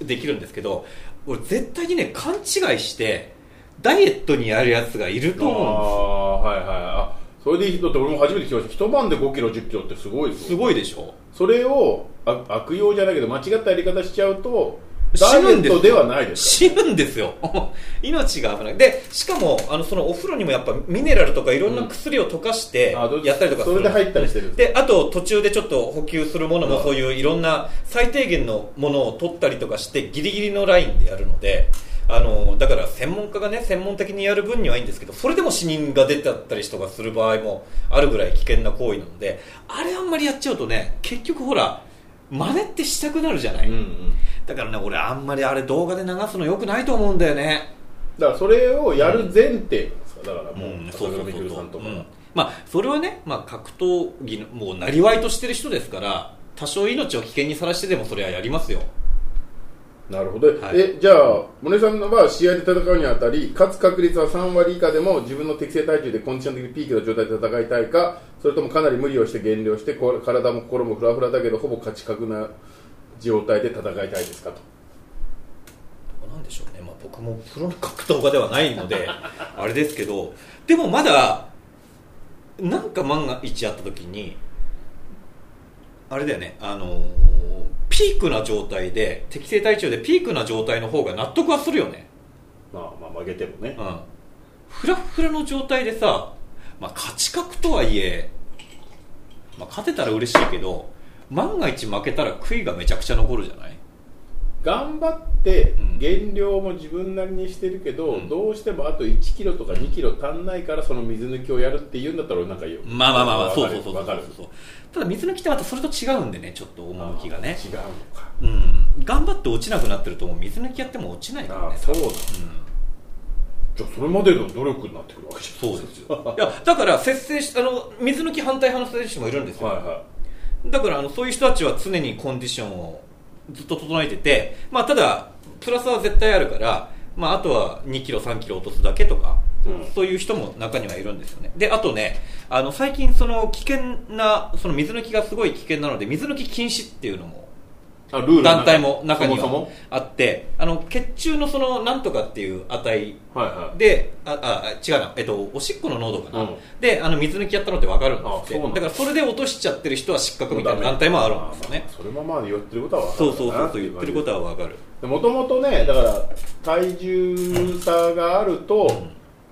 できるんですけど俺絶対にね勘違いしてダイエットにやるやつがいるとあ思あはいはいあそれでいいだって俺も初めて聞きました一晩で5キロ1 0キロってすごいでうんですすすよごいでしょそれをあ悪用じゃないけど間違ったやり方しちゃうと死ダイエぬッんですよトではないです死ぬんですよ 命が危ないでしかもあのそのお風呂にもやっぱミネラルとかいろんな薬を溶かしてあどうやったりとかすそるれで入ったりしてるんであと途中でちょっと補給するものうもんそういういろんな最低限のものを取ったりとかしてギリギリのラインでやるのであのだから専門家がね専門的にやる分にはいいんですけどそれでも死人が出てったりとかする場合もあるぐらい危険な行為なのであれあんまりやっちゃうとね結局ほら真似ってしたくなるじゃない、うんうんだからね俺あんまりあれ動画で流すのよくないと思うんだよねだからそれをやる前提なんですかだからもう、そうそうみそくうるそさうんとか、うんまあそれはね、まあ、格闘技のもうなりわいとしてる人ですから多少命を危険にさらしてでもそれはやりますよなるほど、はいえじゃあ宗さんは試合で戦うにあたり勝つ確率は3割以下でも自分の適正体重でコンディション的にピークの状態で戦いたいかそれともかなり無理をして減量してこ体も心もフラフラだけどほぼ勝ち確な状態で戦いたいですかとなんでしょうね、まあ、僕もプロの格闘家ではないの であれですけどでもまだなんか万が一あった時にあれだよねあのーピークな状態で適正体調でピークな状態の方が納得はするよねまあまあ負けてもねうんフラッフラの状態でさ、まあ、勝ち確とはいえ、まあ、勝てたら嬉しいけど万が一負けたら悔いがめちゃくちゃ残るじゃない頑張ってうん減量も自分なりにしてるけど、うんどうしてもあと1キロとか2キロ足んないからその水抜きをやるっていうんだったら俺なんか言うまあまあまあまあわそかうそるうそうそわうかるそうただ水抜きってまたそれと違うんでねちょっと趣がね違うのかうん頑張って落ちなくなってるともう水抜きやっても落ちないからああねそうだうんじゃあそれまでの努力になってくるわけじゃんそうですよいやだから節制しあの水抜き反対派の選手もいるんですよ、はいはだからあのそういう人たちは常にコンディションをずっと整えてて、まあ、ただ、プラスは絶対あるから、まあ、あとは2キロ、3キロ落とすだけとか、うんそういう人も中にはいるんですよね。で、あとね、あの最近、その危険な、その水抜きがすごい危険なので、水抜き禁止っていうのもあルールの中団体も中にそもはあってあの血中のそのなんとかっていう値そもはいはいでああ違うな、えっと、おしっこの濃度かな、うんであの水抜きやったのって分かるんですっあそうてなんだだからそれで落としちゃってる人は失格みたいな団体もあるんですよねあそれもまあ言ってることはそうそうそうそう言ってることは分かるともともとねだから体重差があると、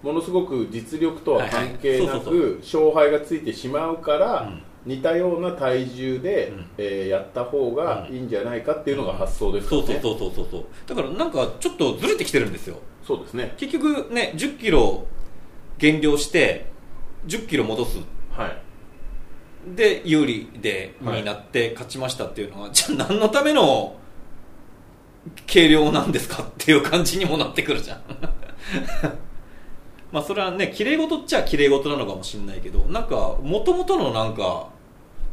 ものすごく実力とは関係はいはないそうそく勝敗がついてしまうから、うん似たような体重で、うんえーやった方がいいんじゃないかっていうのが発想ですかそらうね、そうそうそうそうそうだからなんかちょっとずれてきてるんですよそうですね結局ね1 0キロ減量して1 0キロ戻すはいで有利で、はいになって勝ちましたっていうのはじゃあ何のための計量なんですかっていう感じにもなってくるじゃん まあそれはね綺麗事っちゃ綺麗事なのかもしれないけどなんか元々のなんか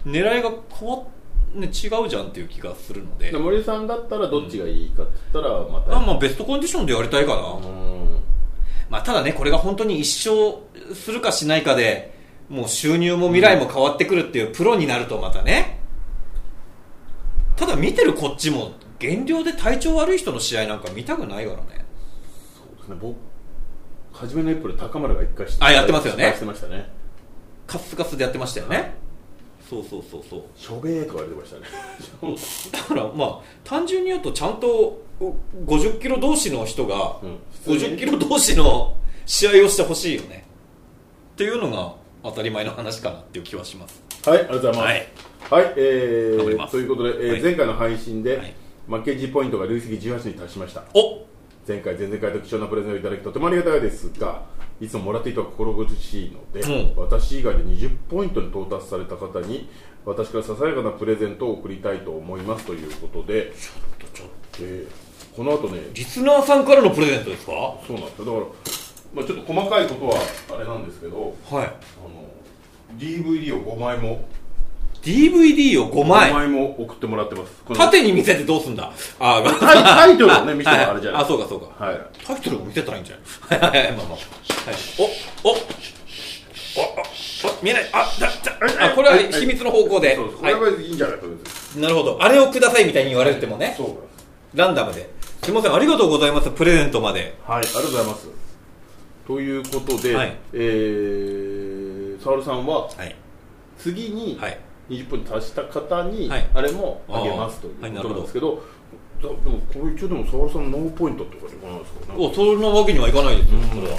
狙いが変わっ、ね、違うじゃんっていう気がするのでで森さんだったらどっちがいいかって言ったらまた、あまあベストコンディションでやりたいかな、うんまあ、ただね、これが本当に一生するかしないかで、もう収入も未来も変わってくるっていうプロになるとまたね、ただ見てるこっちも、減量で体調悪い人の試合なんか見たくないからね。そうですね僕初めの一歩で高丸が一回してあやってますよ失ね敗してましたねカスカスでやってましたよね。そうそうそうそう。しょべーとか言われてましたねだからまあ、単純に言うとちゃんとう50キロ同士の人がうん、普通50にキロ同士の試合をしてほしいよね。っていうのが当たり前の話かなっていう気はします。はいありがとうございますはい、え頑張りー、ますということで、えーはい前回の配信で、はい負けじポイントが累積18に達しましたお前回前々回と貴重なプレゼントをいただきとてもありがたいですがいつももらっていた心苦しいので、うん私以外で20ポイントに到達された方に私からささやかなプレゼントを贈りたいと思いますということで、ちょっとえーこの後ねリスナーさんからのプレゼントですかはそうなんですよだから、まあ、ちょっと細かいことはあれなんですけどい。あの DVD を5枚も DVD を5 5枚。枚も送ってもらってますこの縦に見せてどうすんだあー、タイタイトルをね見せてもあれじゃないあ、そうかそうか。はいタイトルも見せたらいいんじゃないはいはいはい、まあまあ。はいお、お、お、お、お見えない。あ、だ、だ、あ、これは秘密の方向で。そうですこはれい。がいいんじゃないかとりあえずなるほど。あれをくださいみたいに言われてもね。そうなんですランダムで。すいません、ありがとうございます。プレゼントまで。はいありがとうございますということで、はいえー、沙織さんははい。次にはい。 20分達した方に、はいあれもあげますというあーはいことなんですけど,だ、でもこれ一応でも沙織さんノーポイントってことじゃないですかねお、そんなわけにはいかないですよ、それは。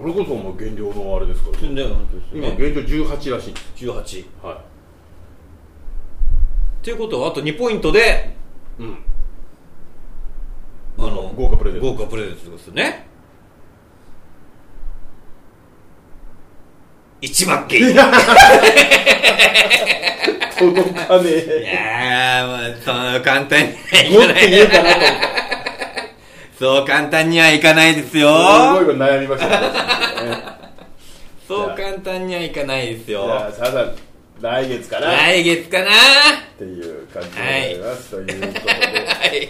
これこそもう減量のあれですから、全ね、然、本当です今ね減量18らしいんです18。はということは、あと2ポイントで、い、うん、あの豪華プレゼント豪華プレゼントですね一番ゲイいや届かねえー、まあ、その簡単にはいもかっとない言うかなと思っそう簡単にはいかないですよたすごい悩みましたねそう簡単にはいかないですじゃよあサザン来月かなっ来月かなていう感じになります、ということではい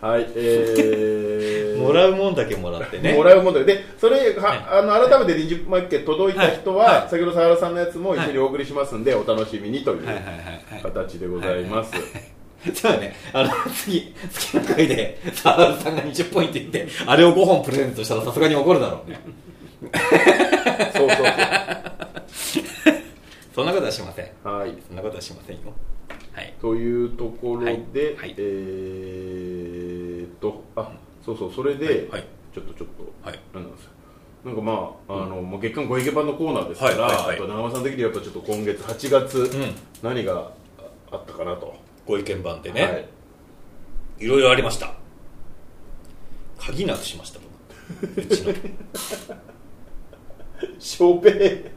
はいえー、もらうもんだけもらってねもらうもんだよでそれは、あの改めて20万件届いた人は、はいはい先ほどサ原さんのやつも一緒にお送りしますんで、お楽しみにといはいうはいはいはい形でございます、そうだね、あの、次、次の回で、サールさんが20ポイント言って、あれを5本プレゼントしたらさすがに怒るだろうね。そうそうそんなことはしません。そうはいそんなことはしませんよ。はい。というところで、はいはいえーっとあそうそうそれで、はいはいちょっとちょっと、はいなんなんですよなんかまあ、あのもう月間ご意見版のコーナーですから、はいはいはいやっぱ長山さん的にはやっぱちょっと今月8月、ん何があったかなと、ご意見番ではいね、、いろいろありました。鍵なくしました、僕。う ちの。ショベ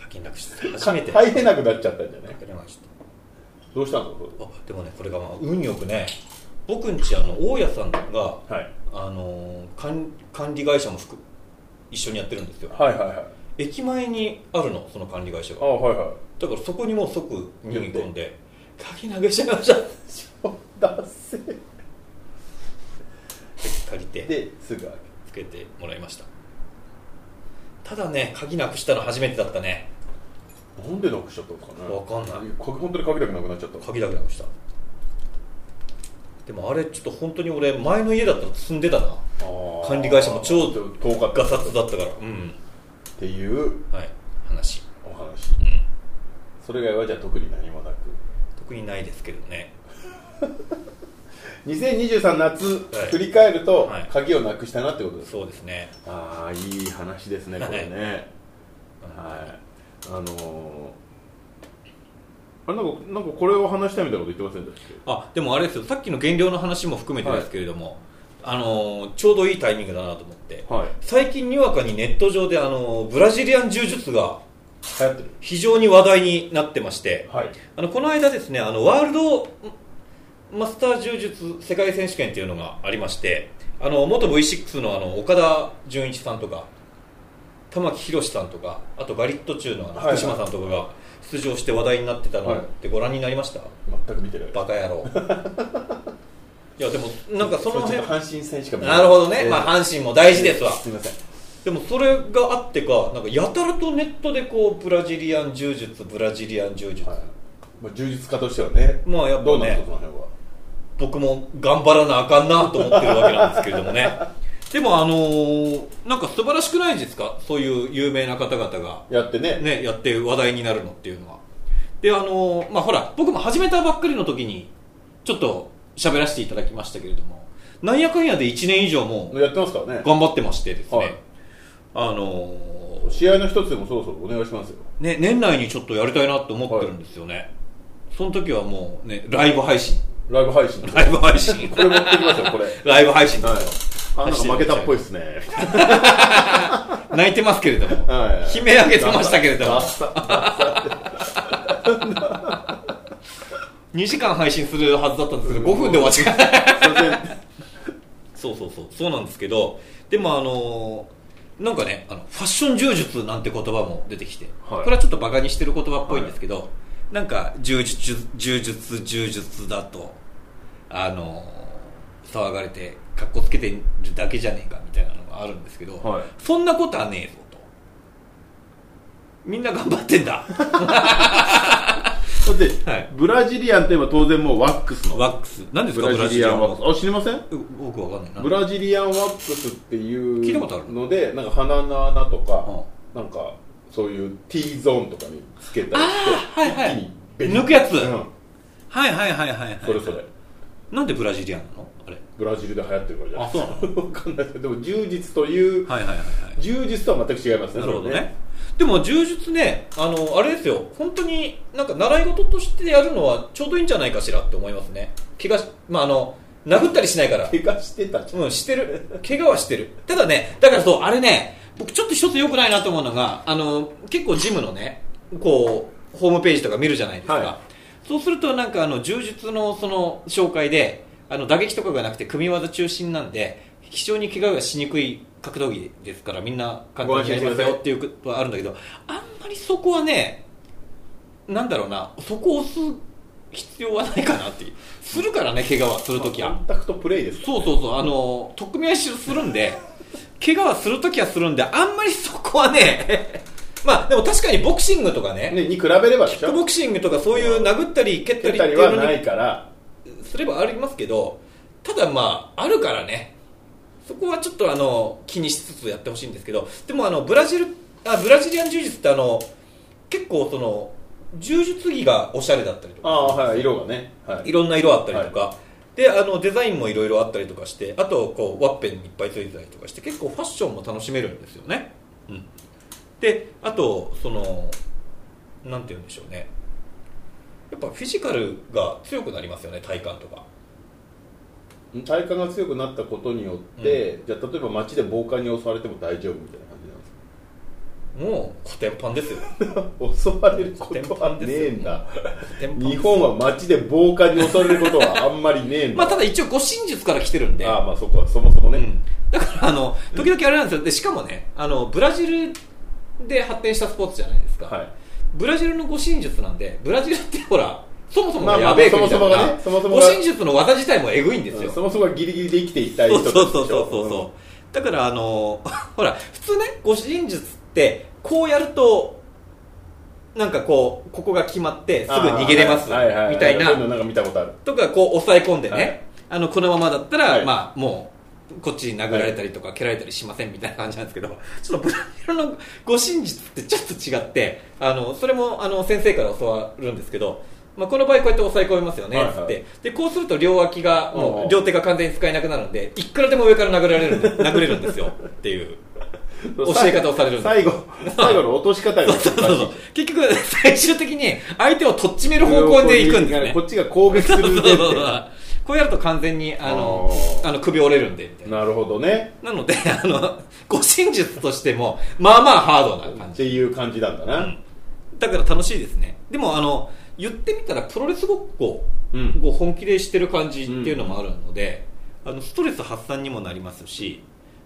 鍵なくして、初めて。入れなくなっちゃったんじゃない鍵なくしてどうしたのあ、でもね、これがまあ、運よくね、僕んち、あの、大家さんが、はいあのー管、管理会社も含む一緒にやってるんですよ。はいはいはい駅前にあるの、その管理会社があ。はい はいだからそこにもう即入り込んで鍵投げちゃいましただせ借りてですぐ開つけてもらいましたただね鍵なくしたの初めてだったねなんでなくしちゃったんですかねわかんないいやか本当にかけたくなくなっちゃった鍵だけなくしたでもあれちょっと本当に俺前の家だったら積んでたな管理会社も超遠かったガっサツだったからうんていうはい話お話、それ以外はじゃあ特に何もなく特にないですけどね2023夏、はい振り返ると、はい鍵をなくしたなってことですそうですねああいい話ですねはいこれねはいあのーあれなんかなんかこれを話したいみたいなこと言ってませんでしたっあでもあれですよさっきの減量の話も含めてですけれども、あのーちょうどいいタイミングだなと思ってけはい最近にわかにネット上であのーブラジリアン柔術が流行ってる非常に話題になってましてはいあのこの間ですねあのワールドマスター柔術世界選手権っていうのがありましてあの元 V6 のあの岡田准一さんとか玉木宏さんとかあとガリット中のあのはいはい福島さんとかが出場して話題になってたのってご覧になりました、全く見てないバカ野郎いやでもなんかそのち辺ょっと阪神戦しか見ていなるほどね、えーまあ、阪神も大事ですわ、すみませんでもそれがあってかなんかやたらとネットでこうブラジリアン柔術ブラジリアン柔術、はいまあ、充実家としてはね、まあやっぱねどうなんですか、その辺は。僕も頑張らなあかんなと思ってるわけなんですけれどもねでもあのーなんか素晴らしくないですかそういう有名な方々が、やってね、ね、やって話題になるのっていうのはであのーまあほら僕も始めたばっかりの時にちょっと喋らせていただきましたけれどもなんやかんやで1年以上もうやってますからね、頑張ってましてですね、はいあのー試合の一つでもそろそろお願いしますよ。ね、年内にちょっとやりたいなと思ってるんですよね、その時はもうねライブ配信ライブ配信で。ライブ配信これ持ってきますよ、これ。はい。ライブ配信ですよ、あ、なんか負けたっぽいですね。泣いてますけれども、はい悲鳴上げてましたけれども、2時間配信するはずだったんですけど、5分で終わっちゃった。そうそうそう、そうなんですけど、でもあのーなんかね、あのファッション柔術なんて言葉も出てきて、はいこれはちょっとバカにしてる言葉っぽいんですけど、なんか柔術、柔術、柔術だと、あのー騒がれて、かっこつけてるだけじゃねえかみたいなのがあるんですけど、はいそんなことはねえぞと。みんな頑張ってんだ。だって、はいブラジリアンといえば当然もうワックスの。ワックス。何ですブか、ブララジジリリアアンンワワッッククス。あ、知りませんス。う僕わかんないな。ブラジリアンワックスっていう聞いたことあるので、なんか鼻の穴とか、うんなんかそういう T ゾーンとかにつけたりして、はいはい一気にベリッ抜くやつうん、はいはいはいはいはい。それそれ。なんでブラジリアンなのあれ。ブラジルで流行ってるからじゃないあそうなのわかんないですけどでも柔術という、はいはいはいはい。柔術とは全く違いますねなるほどそれね。でも柔術ね、あの、あれですよ、本当になんか習い事としてやるのはちょうどいいんじゃないかしらって思いますね。怪我し、まああの、殴ったりしないから。怪我してたじゃんうん、してる。怪我はしてる。ただね、だからそう、あれね、僕ちょっと一つ良くないなと思うのが、あの、結構ジムのね、こう、ホームページとか見るじゃないですか。はそうするとなんかあの、柔術のその、紹介で、あの、打撃とかがなくて組み技中心なんで、非常に怪我がしにくい格闘技ですから、みんな簡単にやりますよっていうことはあるんだけど、あんまりそこはね、なんだろうな、そこを押す必要はないかなっていう。するからね、怪我はするときはコ。ンタクトプレイですからね、そうそうそう、あの、特命合いするんで、怪我はするときはするんで、あんまりそこはね、 まあでも確かにボクシングとかね、ねに比べればでしキックょボクシングとかそういう殴ったり蹴った蹴っりってたいりうはのなにいからすればありますけど、ただまあ、あるからね、そこはちょっとあの、気にしつつやってほしいんですけど、でもあの、ブラジル、あ、ブラジリアン柔術ってあの、結構その、柔術着がおしゃれだったりとかあ、あはい色がね、はい、いろんな色あったりとか、であのデザインもいろいろあったりとかしてあとこうワッペンにいっぱいついてたりとかして結構ファッションも楽しめるんですよね、うん、であとそのなんて言うんでしょうねやっぱフィジカルが強くなりますよね体感とか体幹が強くなったことによって、じゃあ例えば街で暴漢に襲われても大丈夫みたいな感じなんですもうコテンパンですよか襲われるこコテンとパはンねですえよんだコテンパン 日本は街で暴漢に襲われることはあんまりねえんだまあただ一応護身術から来てるんでああまあそこはそもそもね、うん、だからあの時々あれなんですよでしかもねあのブラジルで発展したスポーツじゃないですか、はいブラジルの護身術なんでブラジルってほらそもそもまあがまあやべえ国だかそもそもがらねそもそも護が身術の技自体もえぐいんですうよ、んそそうもそもがギリギリで生きていたい人そたうちでしょそうそうそうそうだからあ のほら普通ね護身術ってこうやるとなんかこうここが決まってすぐ逃げれますみたいなそううのなんか見たことあるとかこう抑え込んでね、はいあのこのままだったら、はいまあもうこっちに殴られたりとか蹴られたりしませんみたいな感じなんですけど、ちょっとブラジルの護身術ってちょっと違ってあのそれもあの先生から教わるんですけど、まあ、この場合こうやって抑え込みますよねはいっはいつって、でこうすると両脇がおうもおうう両手が完全に使えなくなるんでいくらでも上から殴られ るんで殴れるんですよっていう教え方をされるんです最後最後の落とし方がそうそうそう結局最終的に相手をとっちめる方向でいくんですねこっちが攻撃するそうで ってそうそうそうこうやると完全にあのあーあの首折れるんでみたいななるほどねなので あの護身術としてもまあまあハードな感っじ、ていう感じなんだうな、んだから楽しいですねでもあの言ってみたらプロレスごっこうんを本気でしてる感じっていうのもあるので、あのストレス発散にもなりますし、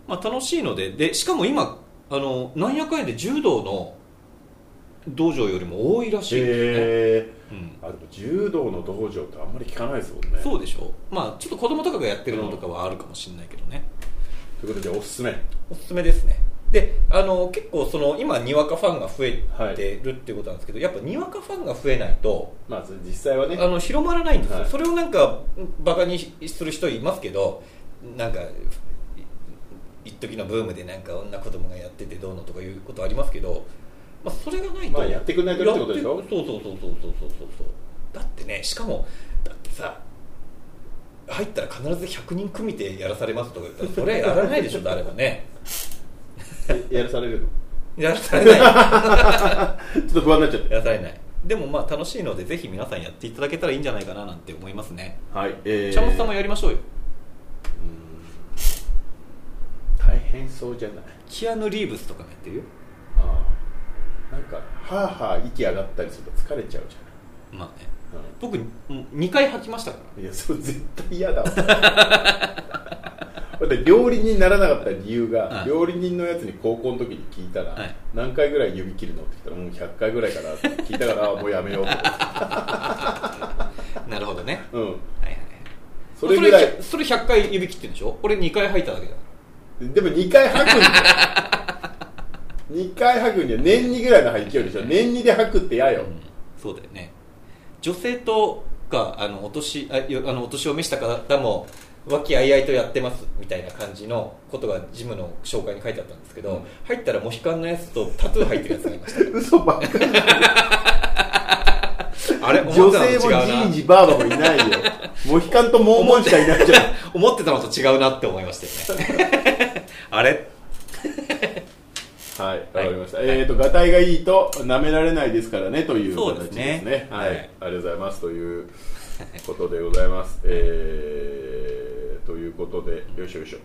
まあ、楽しいのででしかも今あのなんやかんやで柔道の道場よりも多いらしいですね、へえうんあでも柔道の道場ってあんまり聞かないですもんねそうでしょまあちょっと子供とかがやってるのとかはあるかもしれないけどねということでおすすめおすすめですねであの結構その今にわかファンが増えはいてるっていうことなんですけど、やっぱにわかファンが増えないとまあ実際はねあの広まらないんですよ、はいそれをなんかバカにする人いますけどなんかい一時のブームでなんか女子供がやっててどうのとかいうことありますけど、まあ、それがないと、まあやってくんないとねってことでしょやってそうそうそうそうそうそうそうだってねしかもだってさ入ったら必ず100人組でやらされますとか言ったらそれはやらないでしょ誰もねえやらされるのやらされ ないやちょっと不安になっちゃっらされないでもまあ楽しいのでぜひ皆さんやっていただけたらいいんじゃないかななんて思いますねたはいえー茶本さんもやりましょうよ大変そうじゃないキアヌ・リーブスとかもやってるよああなんかはあはあ息上がったりすると疲れちゃうじまあねゃない、僕2回吐きましたからうんいやそれ絶対嫌だわ だって料理人にならなかった理由が、はい料理人のやつに高校の時に聞いたら、はい何回ぐらい指切るのって言ったらもう100回ぐらいかなって聞いたからあもうやめようとなるほどね思って、うん、はいはいはいそれぐらいそれそれ100回指切ってるんでしょ俺2回吐いただけだでも2回吐くんだよ2回吐くには年にぐらいの勢いでしょ年にで吐くって嫌よ、うんそうだよね女性とかあのお年あよあのお年を召した方も和気あいあいとやってますみたいな感じのことがジムの紹介に書いてあったんですけど、うん入ったらモヒカンのやつとタトゥー入ってるやつがいまし嘘ばっかりたあれ女思ってたのと性違うなもじいじばあばもいないよモヒカンとモーモンしかいないじゃん思ってたのと違うなって思いましたよね あれはいわかりました、えっ、ー、とがたいがいいと舐められないですからねというそう形ですですねねはい、はありいがとうございますということでございますえー、ということでよいしょよいしょ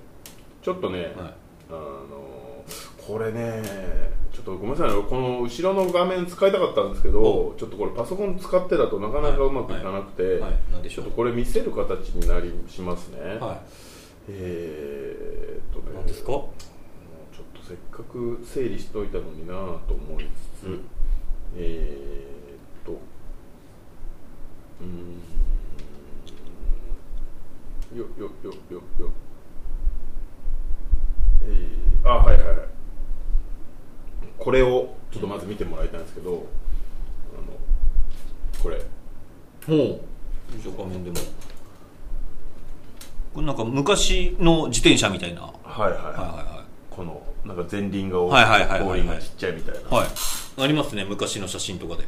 ちょっとね、はいあのこれねちょっとごめんなさいねこの後ろの画面使いたかったんですけどちょっとこれパソコン使ってだとなかなかうまくいかなくて、はいはいなんでしちょょっうとこれ見せる形になりしますね、はえー、っといね何ですかもうちょっとせっかく整理しといたのになぁと思いつつ、えー、っとうーんよよよよよえー、あはいはいはいこれをちょっとまず見てもらいたいんですけど、あのこれほうじゃあ画面でもこれなんか昔の自転車みたいなははいはいいはこのなんか前輪が大はいはいはいはいはい後輪がちっちゃいみたいないはいはいありますね昔の写真とかで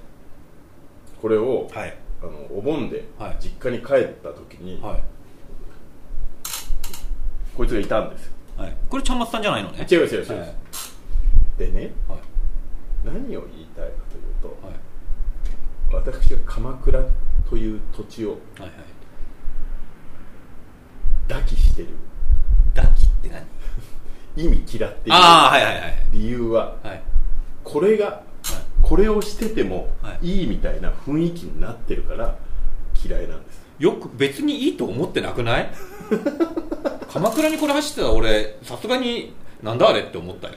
これを、はいあのお盆ではい実家に帰った時に、はい、こいつがいたんですよはい、これちゃんまつさんじゃないのね違う違う違う、はいはいでねはい何を言いたいかというと、私が鎌倉という土地をはいはい抱きしてる抱きって何意味嫌っているああはいはいはい理由ははいこれが、これをしててもはいいいみたいな雰囲気になってるから嫌いなんですよく別にいいと思ってなくない 鎌倉にこれ走ってたら俺さすがになんだあれって思ったよ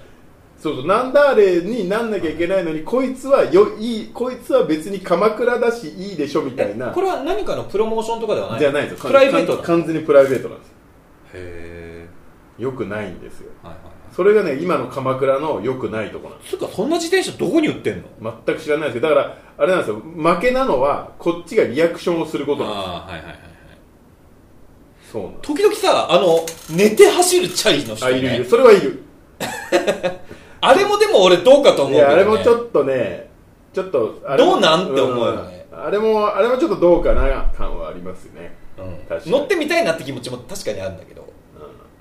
そうそうなんだあれになんなきゃいけないのにこいつはよいいこいつは別に鎌倉だしいいでしょみたいなこれは何かのプロモーションとかではないじゃないですプライベートだ完全にプライベートなんですへ良くないんですよはいはいはそれがね今の鎌倉の良くないとこなんですいつうかそんな自転車どこに売ってんの全く知らないですけどだからあれなんですよ負けなのはこっちがリアクションをすることなんでああはいはいはいはいすそうなんです時々さあの寝て走るチャリの人、あいるいるね、それはいるあれもでも俺どうかと思ういけやど、ね、あれもちょっとねちょっとあれもどうなんって思うよねうんあれもあれもちょっとどうかな感はありますよね、うん確かに乗ってみたいなって気持ちも確かにあるんだけど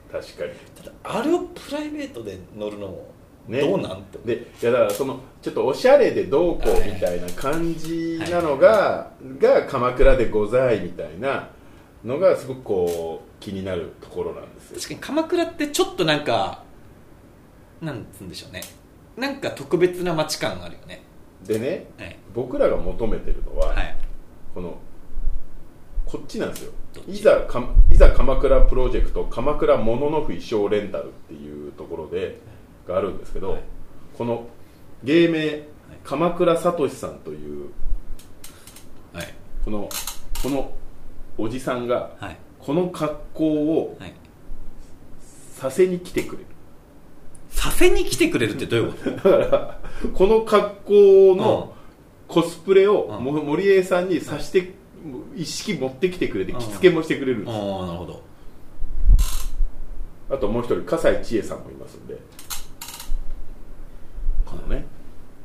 うん、確かにただあれをプライベートで乗るのもねどうなんって、でいやだからそのちょっとおしゃれでどうこうみたいな感じなのがが鎌倉でございみたいなのがすごくこう気になるところなんですよ確かに鎌倉ってちょっとなんかなんつうんでしょうねなんか特別な街感があるよねでねはい僕らが求めてるのは、はいこのこっちなんですよどっちいざかいざ鎌倉プロジェクト鎌倉もののふ衣装レンタルっていうところでがあるんですけど、はいこの芸名鎌倉聡さんというはいこのこのおじさんがはいこの格好をはいさせに来てくれるさせに来てくれるってどういうことだからこの格好のコスプレをうんも森江さんにさして、一式持ってきてくれてうん着付けもしてくれるんあであす、なるほどあともう一人笠井千恵さんもいますんでこのね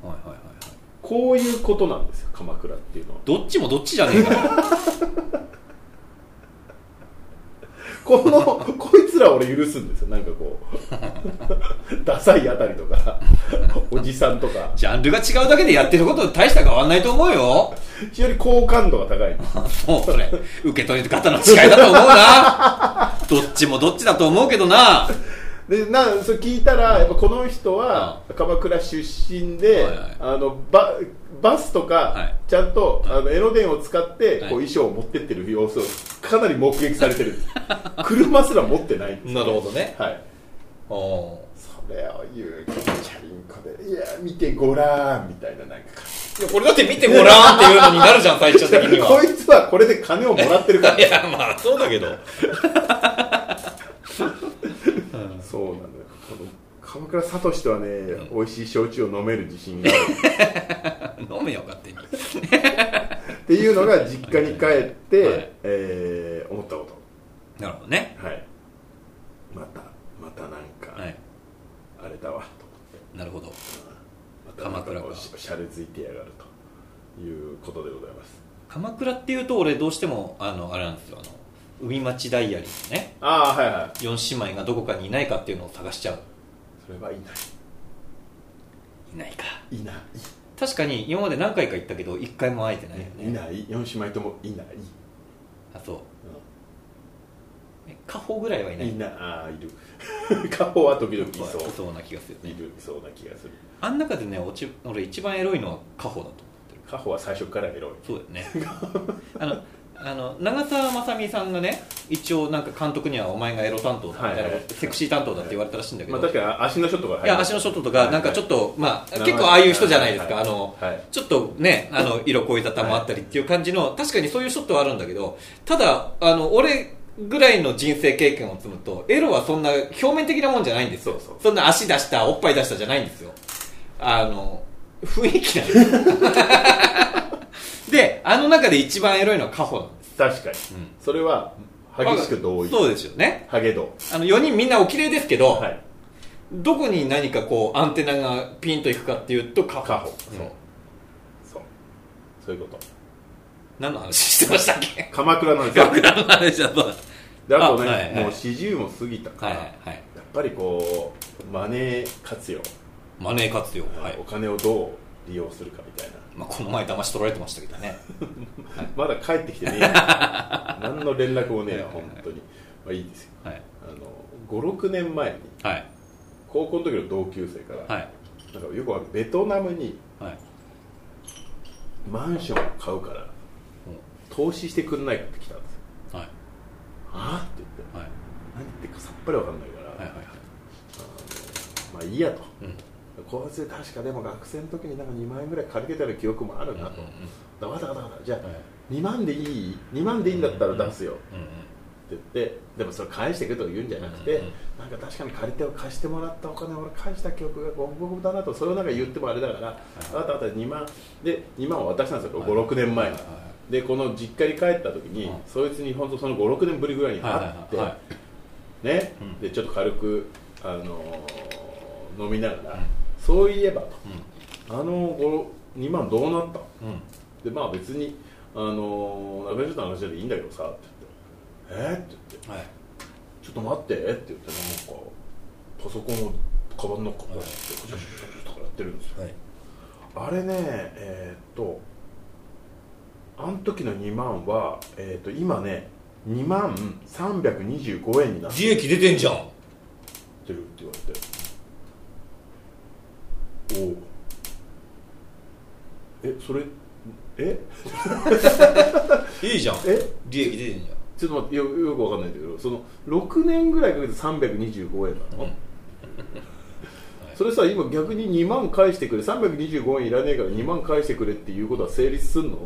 はいはいはいはいこういうことなんですよ鎌倉っていうのはどっちもどっちじゃねえかよこのこいつら俺許すんですよなんかこう ダサいあたりとかおじさんとかジャンルが違うだけでやってることと大した変わんないと思うよ非常に好感度が高いんですもうそれ受け取り方の違いだと思うなどっちもどっちだと思うけどなでなそれ聞いたらやっぱこの人は鎌倉出身で、はいはいあのババスとか、いちゃんとあのエロ電を使ってこうは衣装を持ってってる様子をかなり目撃されてる車すら持ってないんですなるほどねはいおそーれを言うチャリンコで「いや見てごらん」みたいななんかいやこれだって見てごらんっていうのになるじゃん最終的にはこいつはこれで金をもらってるかいらやまあそうだけどそうなんだよこの鎌倉聡とはね、美味しい焼酎を飲める自信がある飲めよ勝手にっていうのが実家に帰って、はいえー思ったことなるほどねはいまたまたなんか、はいあれだわとなるほどまたなん鎌倉かおしおしゃれづいてやがるということでございます鎌倉っていうと俺どうしてもあのあれなんですよあの海町ダイアリーのねああはいはい4姉妹がどこかにいないかっていうのを探しちゃうそれはいないいないかいな確かに今まで何回か行ったけど一回も会えてないよいねいない4姉妹ともいない、あそうえカホぐらいはいうんないいなああいる カホは時々いそういそうな気がするいねるいそうな気がするあん中でねおち俺一番エロいのはカホだと思ってるカホは最初からエロいそうだよね あのあの長澤まさみさんがね一応なんか監督にはお前がエロ担当だみたいなはこと、いはいセクシー担当だって言われたらしいんだけど、まあ確かに足のショットが入いるや足のショットとかなんかちょっとと、まあ結構ああいう人じゃないですか、はいあのはいちょっとねあの色濃い方もあったりっていう感じの、確かにそういうショットはあるんだけどただあの俺ぐらいの人生経験を積むとエロはそんな表面的なもんじゃないんですよそうそうんな足出したおっぱい出したじゃないんですよあの雰囲気なんです であの中で一番エロいのはカホなんです確かに、うんそれは激しく同意そうですよねハゲドあの4人みんなお綺麗ですけど、はいどこに何かこうアンテナがピンといくかっていうとカホカホそう、うんそうそういうこと何の話してましたっ け鎌倉なんですよ学ランの話だとであとねあはいはいもう40も過ぎたかはら、いはいはやいっぱりこうマネー活用、マネー活用はいお、金をどう利用するかみたいな、まあ、この前騙し取られてましたけどねまだ帰ってきて ねえや何の連絡もねえやはいは本いはい当に、まあ、いいですよはいあの56年前にはい高校の時の同級生から、はいなんかよくあるベトナムにはいマンションを買うから投資してくんないかって来たんですよはいああって言ってはい何言ってるかさっぱりわかんないから、はいはいまあいいやとうんこいつ確かでも学生の時になんか2万円ぐらい借りてたような記憶もあるなと、うんうんうんだわだわだわだじゃあ、はい2万でいい2万でいいんだったら出すよ、うんうん言ってでもそれ返してくれとか言うんじゃなくて、うんうんなんか確かに借りて貸してもらったお金俺返した記憶がゴブゴブだなとそれをなんか言ってもあれだから、あなたあなた2万で2万を渡したんですよ56年前に、でこの実家に帰った時に、うんそいつに本当その56年ぶりぐらいに会って、はいはいはね、うんでちょっと軽く、あのー飲みながら、そういえばと、あのご2万どうなったうんでまあ別に、あのー、亡くなっちゃった話でいいんだけどさって言って「えっ?」って言ってはい「ちょっと待って」って言ってなんかパソコンをカバンの中から出してこちょこちょこちょとかやってるんですよはいあれねえーっとあの時の2万は、えーっと今ね2万325円になって利益出てんじゃんるって言われておおえそれえいいじゃんえ利益出てんじゃんちょっと待ってよよくわかんないんだけどその6年ぐらいかけて325円なの、 それさ今逆に2万返してくれ325円いらねえから2万返してくれっていうことは成立すんの、っ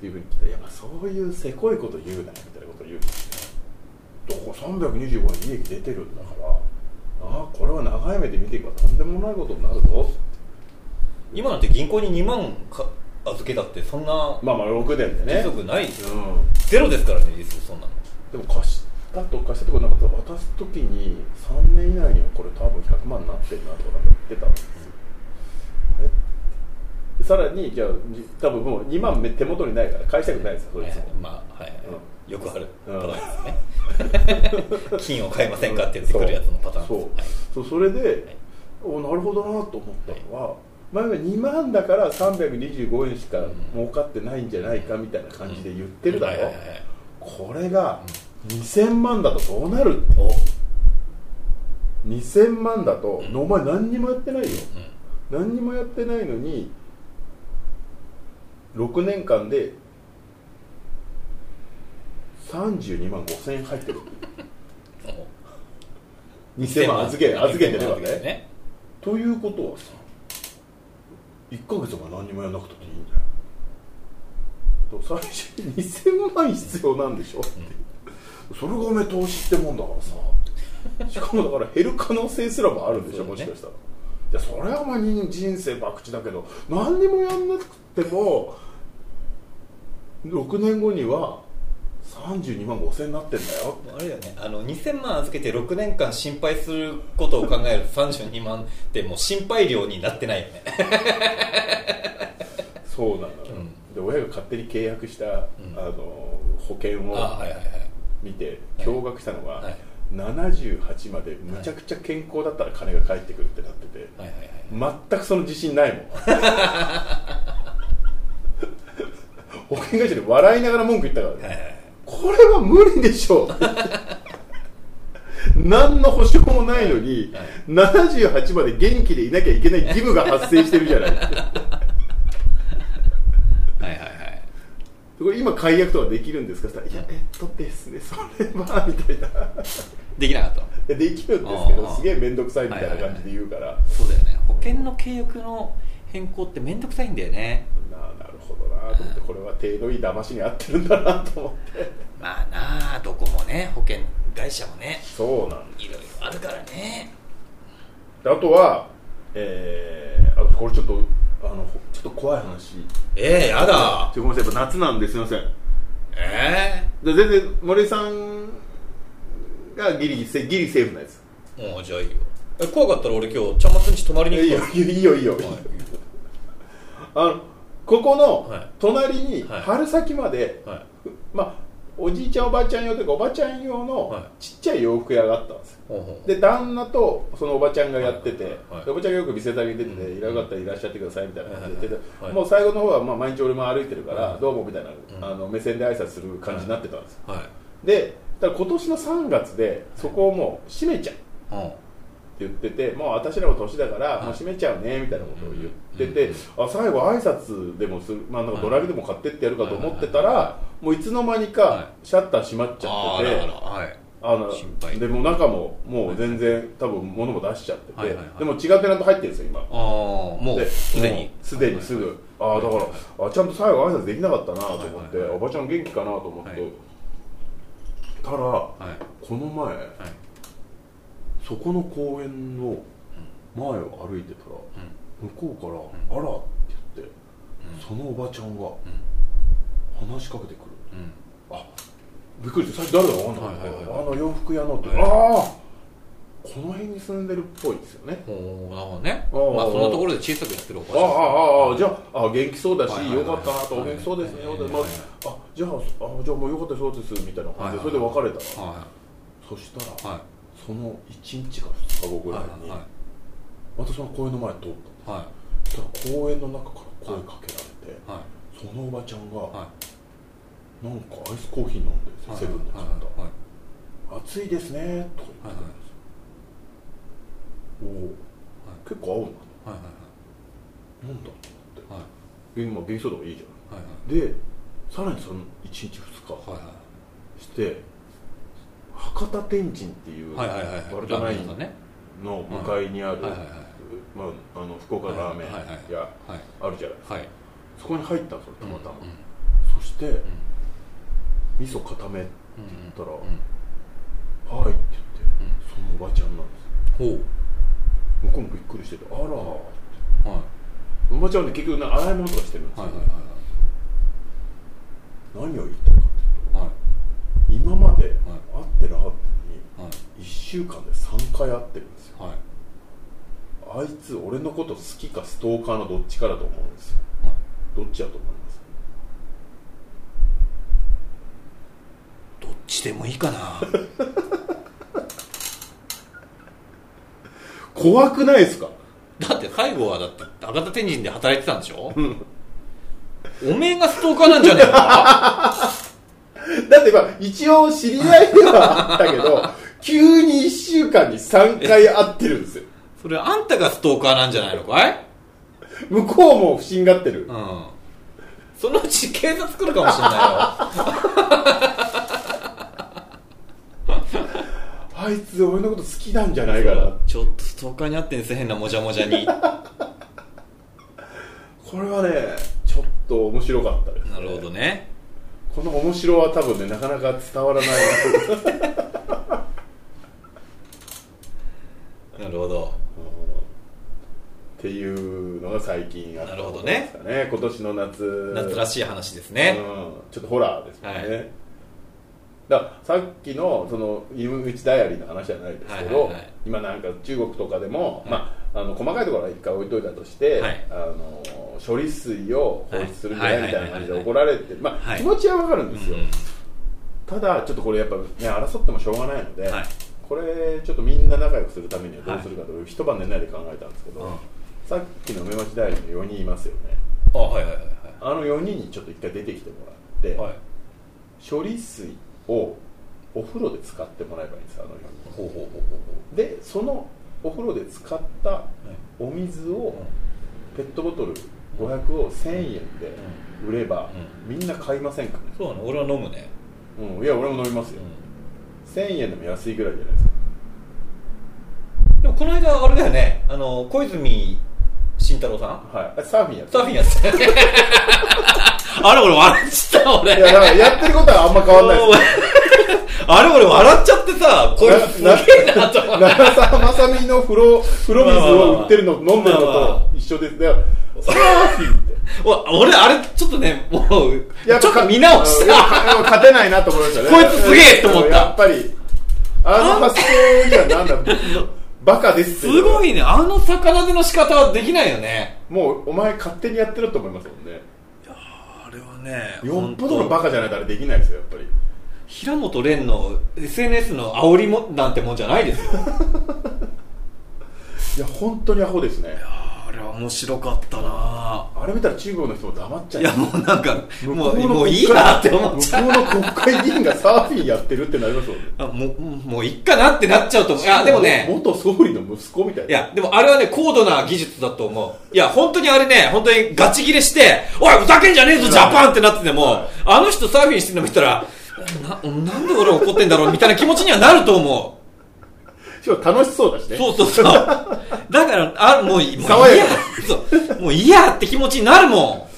ていうふうに聞いたら「いやまあそういうせこいこと言うなよ」みたいなこと言うんですよどこ325円利益出てるんだからああこれは長い目で見ていけばとんでもないことになるぞ今なんて銀行に2万か預けたってそんなまあまあ6年で利ね息ないうんゼロですからね利息そんなのでも貸したと貸したとこなんかさ渡す時に3年以内にはこれ多分100万になってるなとかなんか言ってたんですよあれでさらにじゃあじ多分もう2万目手元にないから返したくないですよそいつも、まあはい、うよくあるパうんターン ですね金を買いませんかって言ってくるやつのパターンそうですそうそれで、おなるほどなと思ったのは、前は2万だから325円しか儲かってないんじゃないかみたいな感じで言ってるだはいろ、はいはいはいこれが2000万だとどうなるお2000万だと、お前何にもやってないようん何にもやってないのに6年間で32万5000円入ってる2000万預け預けてるわけですねねということはさ1ヶ月お前何にもやらなくたっていいんだよと最初に2000万必要なんでしょって、それがお前投資ってもんだからさしかもだから減る可能性すらもあるんでしょ、そうもだしねかしたらいやそれはお前人人生博打だけど何にもやんなくても6年後には32万5000円になってんだよあれだよねあの2000万預けて6年間心配することを考えると32万ってもう心配料になってないよねそうなのよ、で親が勝手に契約した、あの保険をあはいはいはい見て驚愕したのは、はい78までむちゃくちゃ健康だったら金が返ってくるってなってて、はいはいはい全くその自信ないも ん保険会社で笑いながら文句言ったから、ねこれは無理でしょう 何の保証もないのに、78まで元気でいなきゃいけない義務が発生してるじゃないはいはいはいこれ今解約とかできるんですかって言ったら「いやえっとですねそれは」みたいなできなかっでたできるんですけあどーすげえ面倒くさいみたいな感じで言うから、そうだよね保険の契約の変更って面倒くさいんだよねなあなるほどなと思ってこれは程度いい騙しに合ってるんだなと思 ってまあなあどこもね保険会社もねそうなんいろいろあるからねであとはえー、あこれちょっとあのほちょっと怖い話ええやだちょごめんなさいやっぱ夏なんですいませんえで全然森さんがギリギリセーフなやつえもうじゃあいいよえ怖かったら俺今日ちゃんまつんち泊まりいにや行いいよいくかいよいいよ、らあのここはのい隣にはい春先まで、はい、はいまあおじいちゃんおばあちゃん用というかおばちゃん用はいのちっちゃい洋服屋があったんですよほうほうで旦那とそのおばちゃんがやってて、はいでおばちゃんがよく店先に出てて、いらなかったらいらっしゃってくださいみたいな感じで、はいはいはいもう最後の方はまあ毎日俺も歩いてるから、はいどうもみたいな、あの目線で挨拶する感じになってたんですよ、はいでただ今年の3月でそこをもう閉めちゃううっんて言っててもう私らも年だからもう閉めちゃうねみたいなことを言ってて、あ最後挨拶でもする、まあ、なんかドラッグでも買ってってやるかと思ってたら、もういつの間にはかシャッター閉まっちゃっあてて、らあらはいあの心配でもう中ももう全然多分物も出しちゃってて、はいはいはいでも違うテナント入ってるんですよ今ああもうですでもにうすでにすぐ、ああだから、あちゃんと最後挨拶できなかったなと思って、おばちゃん元気かなと思って、はいたら、はいこの前、そこの公園の前を歩いてたら、向こうから「あら」って言って、そのおばちゃんが話しかけてくる、あびっくりした最初誰だか分かんなかったはいはあいの洋服屋のって、はいああこの辺に住んでるっぽいですよねおーなるほどねおーまあそんなところで小さくやってるおばああちゃんああああじゃああ元気そうだし、はいはいはいよかったなと、はいお元気そうですね、はいよかったですまああじゃああじゃあもうよかったそうですみたいな感じで、はいはいそれで別れたら、はそしたら、いはその1日か2日後いぐらいに、はまたその公園の前通っいはたそしたら公園の中から声かけられて、いはいそのおばちゃんが、はなんかアイスコーヒー飲んでいセブンでちゃんとはい暑いですね」とか言ってたんですよ、おお、結構合うはいはいななんだと思はっいて今元気そうだからいいじはいはいはいゃんでさらにその1日2はいはい日して博多天神っていうはいバはいはいはいルトナインラーメン屋さんねの向かいにあるはいはいはいまああの福岡ラーメンはいはいはい屋はいあるじゃないはいそこに入ったんですよたまたまうんうんそして味噌固めって言ったらうん「はい」って言ってそのおばちゃんなんですよほう向こうもびっくりしてて「あら」はいおばちゃんって結局な洗い物とかしてるんですよ、はいはい何を言いたいかはいはいっていうと今まで会はいってる会ってるはいに1週間で3回会ってるんですよはあいいつ俺のこと好きかストーカーのどっちかだと思うんですよはいどっちだと思いますどっちでもいいか な怖くないですかだって最後はだって赤田天神で働いてたんでしょおめえがストーカーなんじゃね えかだってまあ一応知り合いではあったけど急に1週間に3回会ってるんですよそれあんたがストーカーなんじゃないのかい向こうも不審がってるうんそのうち警察来るかもしれなあいつ俺のこと好きなんじゃないかいな よちょっとストーカーに会ってんですよ変なもじゃもじゃになこれはねちょっと面白かったです、るほどねこの面白は多分ねなかなか伝わらないななるほどっていうのが最近あったことですかね今年の夏夏らししい話ですねうん、ちょっとホラーですよね、はいだからさっきのその入り口ダイアリーの話じゃないですけど、はいはいはい今なんか中国とかでも、はいまあ、あの細かいところは一回置いといたとして、はいあの処理水を放出するんじゃないみたいな感じではいはいはいはい怒られて、まはあ、い気持ちはわかるんですよ、うんただちょっとこれやっぱね争ってもしょうがないので、はいこれちょっとみんな仲良くするためにはどうするかと、一晩寝ないで考えたんですけど、うんさっきの梅町ダイアリーの4人いますよねあはいはいはいあの4人にちょっと一回出てきてもらって、はいはい処理水をお風呂で使ってもらえばいいんですあの4人ほうほうほうほでそのお風呂で使ったうほうお水をうんペットボトル500を1000円で売れば、みんな買いませんかね、そうなの俺は飲むねうん、いや俺も飲みますよ、う1000円でも安いぐらいじゃないですかんでもこの間あれだよねあの小泉慎太郎さんはい、サーフィンやっスてタッフィンやってたよ ねあれ俺笑っちゃった俺いやだからやってることはあんま変わんない ですあれ俺笑っちゃってさこいつすげえなと思って長澤まさみの風呂風呂水を売ってるの飲んでるのと一緒ですだからサーフィンってお俺あれちょっとねもうちょやっぱと見直しうんたやっぱ勝てないなと思いましたねこいつすげえと思ったやっぱりあの発想にはなんだバカですってすいうのはごいねあの魚での仕方はできないよねもうお前勝手にやってると思いますもんねあれはねよっぽどのバカじゃないとあれできないですよやっぱり平本蓮の SNS の煽りもなんてもんじゃないですよいや本当にアホですねあれは面白かったなあれ見たら中国の人も黙っちゃいやうもうなんか向もこうのもういいなって思っちゃう向こうの国会議員がサーフィンやってるってなりますもんねあもうもういっかなってなっちゃうと思ういやでもね元総理の息子みたいないや、でもあれはね、高度な技術だと思う。いや、本当にあれね、本当にガチ切れして、おい、ふざけんじゃねえぞ、ジャパンってなってても、はいあの人サーフィンしてるの見たら、な、なんで俺怒ってんだろうみたいな気持ちにはなると思しかも楽しそうだしう。ねそうそうそう。だから、あ、もう、もう爽いいややか、そう、もういいやって気持ちになるも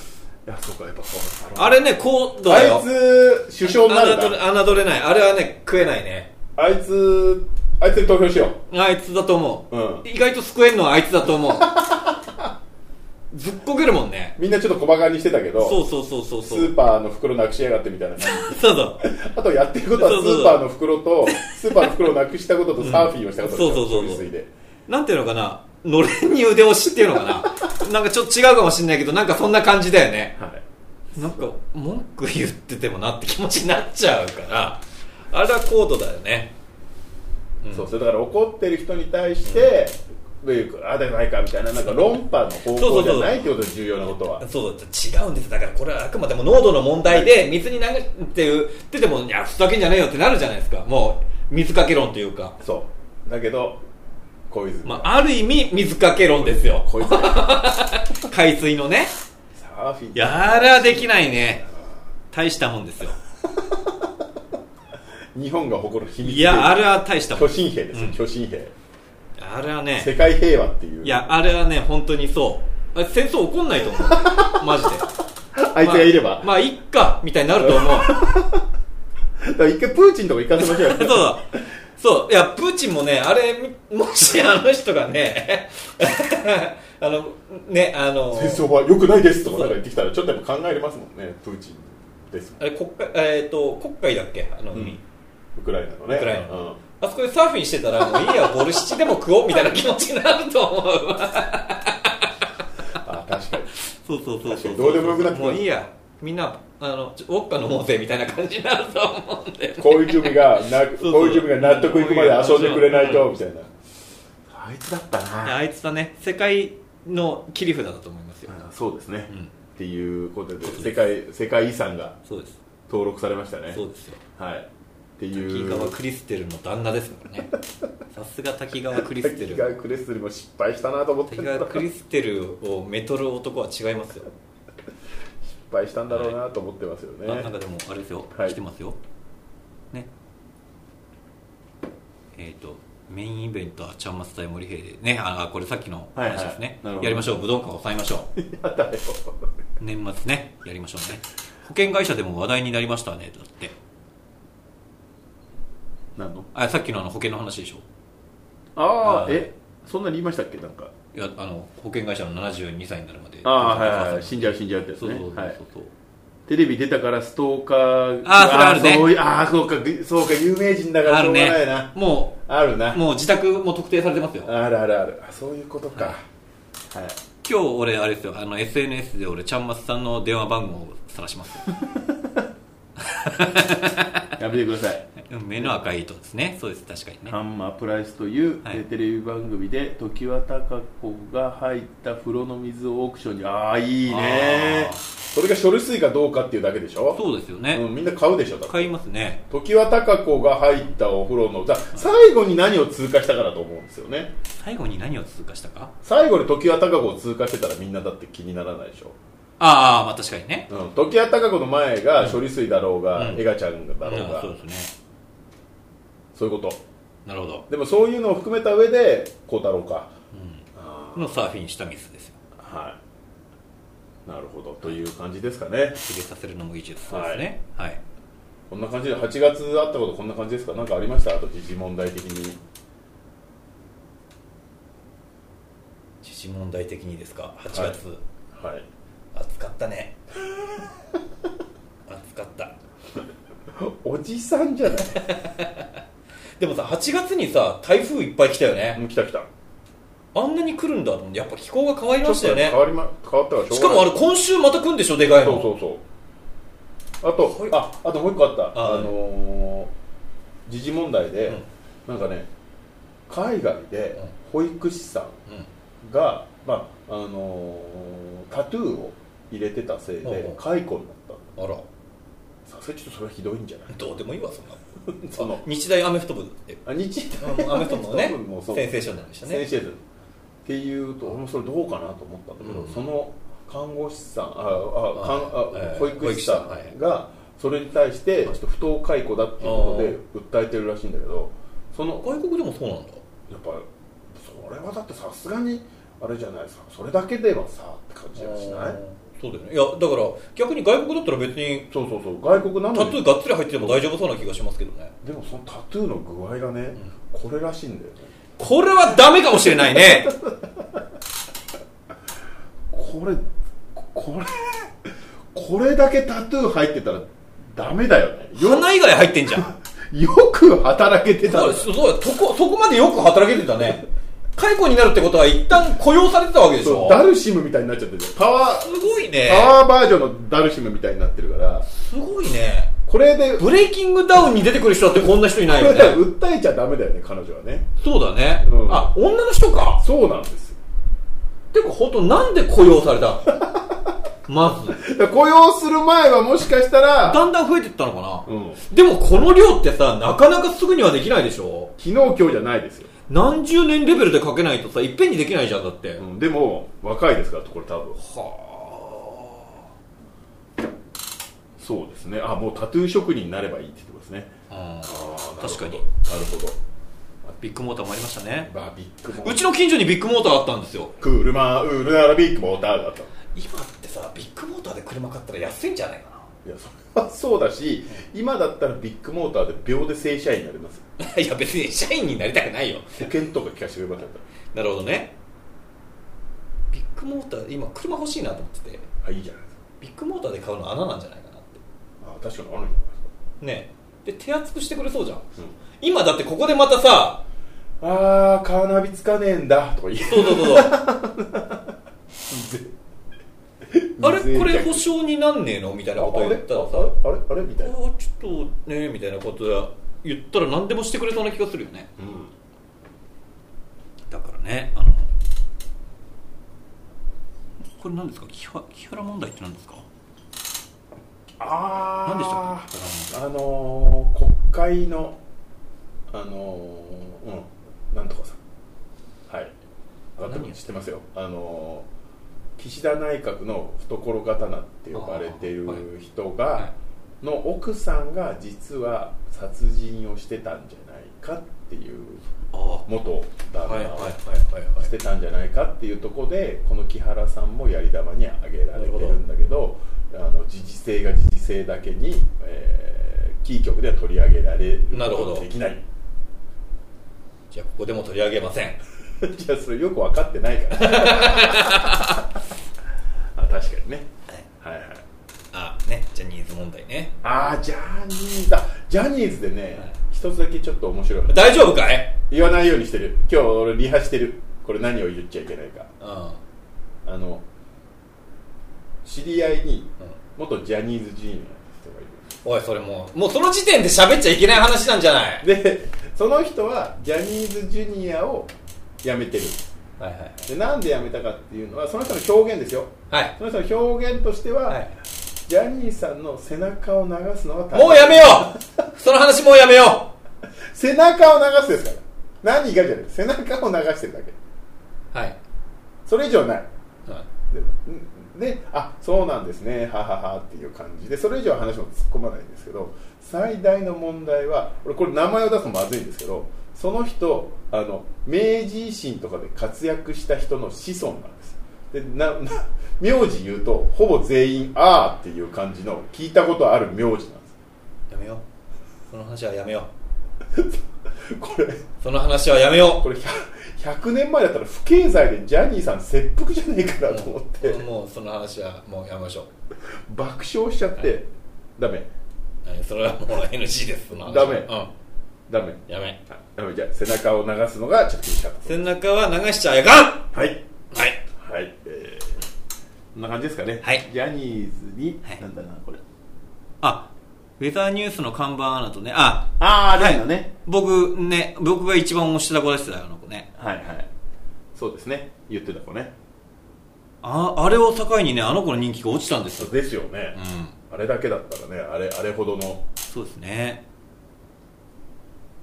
いやそうかやっぱそうあれね高度あだよいつ首相になるん侮れだ侮れないあれはね食えないねあいつあいつに投票しよあいつだと思う、うん意外と救えんのはあいつだと思うずっこけるもんねうみんなちょっと小馬鹿にしてたけどそうそうそうそうスそうーパーの袋なくしやがってみたいなそうそうあとやってることはスそうそうそうーパーの袋とスーパーの袋をなくしたこととサーフィンをしたことうんそうそうそうそう処理水でなんていうのかなのれんに腕押しっていうのかななんかちょっと違うかもしれないけどなんかそんな感じだよねはいなんか文句言っててもなって気持ちになっちゃうからあれは高度だよねそうそれだから怒ってる人に対して、でああでないかみたいななんか論破の方向じゃないってことです重要なことはそうだ違うんですだからこれはあくまでも濃度の問題で水に流していうっててもいやふざけんじゃねえよってなるじゃないですかもう水かけ論というかそうだけど小泉、まあ、ある意味水かけ論ですよこいつ サ海水のねーフィンやらできないね大したもんですよ日本が誇る秘密いやあれは大したも巨神ん兵ですよ、巨神兵あれはね世界平和っていういや、あれはね、本当にそう。あれ戦争起こんないと思う。マ ジで。あいつがいれば、まあ、まあいっか、みたいになると思う。だから一回プーチンとか行かせましょうよそうだ。そう。いや、プーチンもね、あれ、みもしあの人がね、 あの、ね、あの、 戦争は良くないですとかなんか言ってきたらちょっとやっぱ考えれますもんねプーチンですもんあれ、国会、えっ、と、国会だっけあの、んウクライナのねウクライナうんあそこでサーフィンしてたら、もうい いや、ボルシチでも食おう、みたいな気持ちになると思う。あ確かにそうそうそ確うかそう。に どうでもよくなってくるもういいや。みんな、あの、ちょウォッカ飲もうぜ、みたいな感じになると思うんで。こういう準備がなそうこういう準備が納得いくまで遊んでくれないとみたいなあいつだったいやなあいつはね世界の切り札だと思いますよ、そうですね、んっていうことで世界世界遺産がそうです登録されましたねそうですよはいって滝いう川クリステルの旦那ですか らねさすが滝川クリステ滝川ルクリステルも失敗したなと思って滝んだ川クリステルをめとる男は違います失よ、敗したんだろうなと思ってますよね、あなんかでもあれですよ、はい来てますよねえっ、とメインイベントはちゃんまつ対森平でねあこれさっきの話ですね、はいはいなるほどやりましょう武道館を抑えましょうやだよ年末ねやりましょうね保険会社でも話題になりましたねだって何のあさっきのあの保険の話でしょあああーえそんなに言いましたっけなんかいやあの保険会社の72歳になるまでああはいはいはい死んじゃう死んじゃうってやつそうねそうそうそう、はいテレビ出たからストーカーあーそれあるねそういあーそうかぐそうか有名人だからあしょるうがないなねもあるなうもう自宅も特定されてますよあるあるあるあそういうことかはい、今日俺あれですよあの SNS で俺ちゃんまつさんの電話番号を晒します やめてください目の赤い糸ですねそうです確かにねハンマープライスという、はいえテレビ番組で常盤貴子が入った風呂の水をオークションにああいいねあーそれが処理水かどうかっていうだけでしょそうですよね、ん、みんな買うでしょだって買いますね常盤貴子が入ったお風呂のだ最後に何を通過したからと思うんですよね最後に何を通過したか最後に常盤貴子を通過してたらみんなだって気にならないでしょああまあ確かにねうん、時矢貴子の前が処理水だろうが、うんエガちゃんだあろうが、そうですねそういうことなるほどでもそういうのを含めた上で孝太郎か、のサーフィンしたミスですよはいなるほどという感じですかね告げさせるのも技術そうですねはい、こんな感じで8月あったことこんな感じですか何かありましたあと時事問題的に自治問題的にですか8月、はい暑かった ね暑かったおじさんじゃないでもさ8月にさ台風いっぱい来たよね、うん来た来たあんなに来るんだと思ってやっぱ気候が変わりましたよね変わりま変わったからしょうがないしかもあれ今週また来るんでしょでかいのそうそうそうあと、はいああともう一個あったああのー時事問題で、なんかね海外で保育士さんが、まああのータトゥーを入れてたせいほうでほう解雇になっあらたさすがにちょっとそれはひどいんじゃないどうでもいいわそんなその日大アメフト部ってあ日あのアメフト部のねもそうセンセーションになりましたセンねシェルっていうと俺もそれどうかなと思ったんだけど、うんその看護師さんああはい看あえー保育士さ保育士さんがそれに対してちょっと不当解雇だっていうことで訴えてるらしいんだけどその外国でもそうなんだやっぱそれはだってさすがにあれじゃないですかそれだけではさって感じはしないうんそうだよねいやだから逆に外国だったら別にそうそうそう外国なタのトにゥーがっつり入ってても大丈夫そうな気がしますけどねでもそのタトゥーの具合がね、これらしいんだよねこれはダメかもしれな いねこれこれこれだけタトゥー入ってたらダメだよねよ鼻以外入ってんじゃ んよく働けてたそうですそうですそこそこまでよく働けてたね解雇になるってことは一旦雇用されてたわけでしそょうダルシムみたいになっちゃってるじゃんパワーすごいパねワーバージョンのダルシムみたいになってるからすごいねこれでこブレイキングダウンに出てくる人だってこんな人いないよ れでね訴えちゃダメだよね彼女はねそうだね、うんあ女の人かそうなんですよてか本当なんで雇用されたのまずだから雇用する前はもしかしたら、だんだん増えてったのかうな、ん、でもこの量ってさなかなかすぐにはできないでしょ昨日今日じゃないですよ、何十年レベルでかけないとさいっぺんにできないじゃんだって、うん、でも若いですからこれ多分はそうですねあもうタトゥー職人になればいいって言ってますねああー確かになるほどなるビッグモーターもありましたねほどまあビッグモーターうちの近所にビッグモーターあったんですよクールマンウールならビッグモーターだと今ってさビッグモーターで車買ったら安いんじゃないかいやそれはそうだし今だったらビッグモーターで秒で正社員になれますな いや別に社員になりたくないよ保険とか聞かせてくれませんかなるほどねビッグモーター今車欲しいなと思っててあいいじゃないですかビッグモーターで買うの穴なんじゃないかなってあ確かにあるんじねで手厚くしてくれそうじゃんゃないですか、今だってここでまたさうん、あーカーナビつかねえんだとか言そうそうそうそう あうぜれえこれ保証になんねえのみたいなこと言ったらさあれあれみたいな、あちょっとねみたいなことや言ったら何でもしてくれそうな気がするよねうんだからねあのこれ何ですか木原木原問題って何ですかああ何でしたっけあのー、国会のあのー、うんなんとかさんはい分かって何も知ってますよあのー、岸田内閣の懐刀って呼ばれてあーる人が、はの奥さんが実は殺人をしてたんじゃないかっていうあは元旦いはいはい那をはいはいしてたんじゃないかっていうところでこの木原さんもやり玉に挙げられてるんだけどあの時事性が時事性だけに、えーキー局では取り上げられるなるほどことができないじゃあここでも取り上げませんじゃあそれよく分かってないから あ確かにね、はいはいあねジャニーズ問題ねああジャニーズだジャニーズでね、はい一つだけちょっと面白い大丈夫かい言わないようにしてる今日俺リハしてるこれ何を言っちゃいけないかうんあの知り合いに元ジャニーズジュニアの人がいるおいそれもうもうその時点で喋っちゃいけない話なんじゃないでその人はジャニーズジュニアを辞めてるはいはいでなんで辞めたかっていうのはその人の表現ですよはいその人の表現としては、はいジャニーさんの背中を流すのが大変もうやめようその話もうやめよ背中を流すですから何がじゃない背中を流してるだけうはい、それ以上ないはい、でであそうなんですねはははっていう感じでそれ以上は話も突っ込まないんですけど最大の問題は俺これ名前を出すのまずいんですけどその人あの明治維新とかで活躍した人の子孫なんですでなな名字言うとほぼ全員「あー」っていう感じの聞いたことある名字なんですやめようその話はやめよこれうその話はやめよこれ 100, 100年前だったら不敬罪でジャニーさん切腹じゃねえかうなと思ってもうもうその話はもうやめましょう爆笑しちゃって、ダメはいそれはもう NG ですその話ダメうんダメやめあダメじゃあ背中を流すのがちょっと厳しかった背中は流しちゃいかんはいはいはいえー、こんな感じですかねはいジャニーズに、はいなんだなこれあウェザーニュースの看板アナとねあああ例のね僕ね僕が一番推してた子出してたよあの子ねはいはいそうですね言ってた子ねああれを境にねあの子の人気が落ちたんですそうよですよねう、んあれだけだったらねあれあれほどのそうですね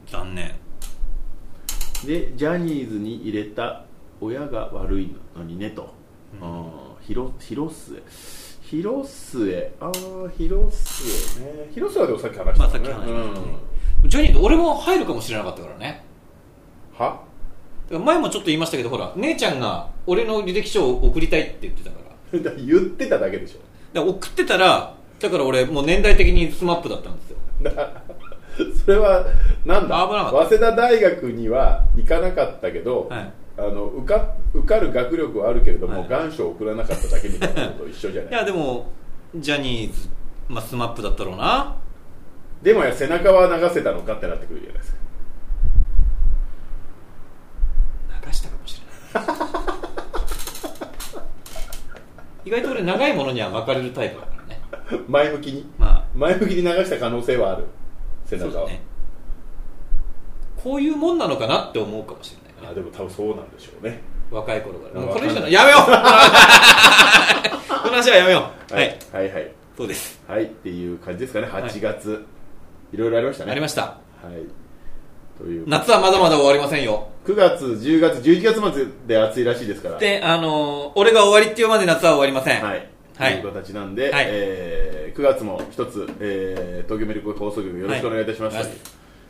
残念でジャニーズに入れた親が悪いのにねと、ううんん、広広末広末ああ広末ね広末はでもさっき話したまあさっき話しうましたねん、ジャニーズ俺も入るかもしれなかったからねは だから前もちょっと言いましたけどほら姉ちゃんが俺の履歴書を送りたいって言ってたからだから言ってただけでしょら送ってたらだから俺もう年代的にスマップだったんですよ それはなんだ危なか早稲田大学には行かなかったけど、はいあの受か受かる学力はあるけれども、はい願書を送らなかっただけみたいなのと一緒じゃないいやでもジャニーズ、まあ、スマップだったろうなでもや背中は流せたのかってなってくるじゃないですか 流したかもしれない意外と俺長いものには巻かれるタイプだからね前向きにま前向きに流した可能性はあるあ背そう中だは、ねこういうもんなのかなって思うかもしれないあでも多分そうなんでしょうね若い頃からあもうこれ以上わかのんないやめよう この話はやめようはい、はいはいはい、そうですはいっていう感じですかねい8月、い、ろいろありましたねありましたはいという夏はまだまだ終わりませんよ9月10月11月末で暑いらしいですからであのー俺が終わりっていうまで夏は終わりませんはい、はいという形なんで、はいえー9月も一つ、えー東京メルク放送局よろしくお願いいたします、はい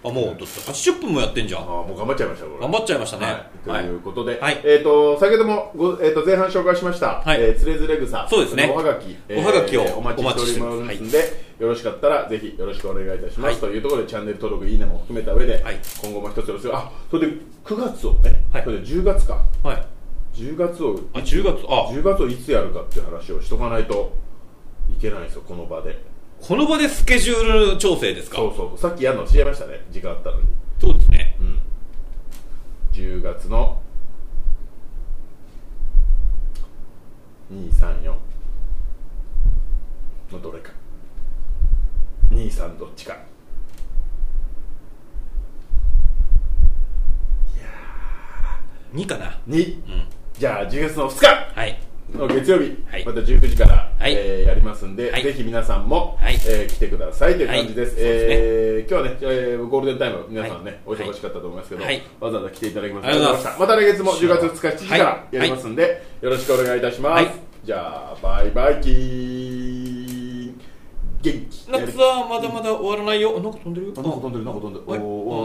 あもうだって80分もやってんじゃあーんもう頑張っちゃいましたこれ頑張っちゃいましたねは、はいいということで、はいえー、と先ほどもご、えー、と前半紹介しました、はいえーつれづれ草そうですねのおはがき、おはがきをお待ちしておりおま待ちしておりますすんで、よろしかったらぜひよろしくお願いいたします、はいというところでチャンネル登録いいねも含めた上で、はい今後も一つよろしくあそれで9月をね、はいそれで10月かはい10月をあ10月あ10月をいつやるかっていう話をしとかないといけないんですよこの場でこの場でスケジュール調整ですかそうそうさっきやるの知りましたね時間あったのにそうですね10月の234のどれか23どっちかいや2かな2、んじゃあ10月の2日はいの月曜日、はいまた19時から、はいえーやりますんで、はいぜひ皆さんも、はいえー来てくださいという感じです,、はいそうですねえー今日はね、えーゴールデンタイム皆さんね、はいお忙しかったと思いますけど、はいわざわざ来ていただきましてありがとうございますまた来月も10月2日7時からやりますんで、よろしくお願いいたします、はいじゃあバイバイキーン元気夏はまだまだ終わらないよあなんか飛んでるあなんか飛んでるなんか飛んでるはいおーお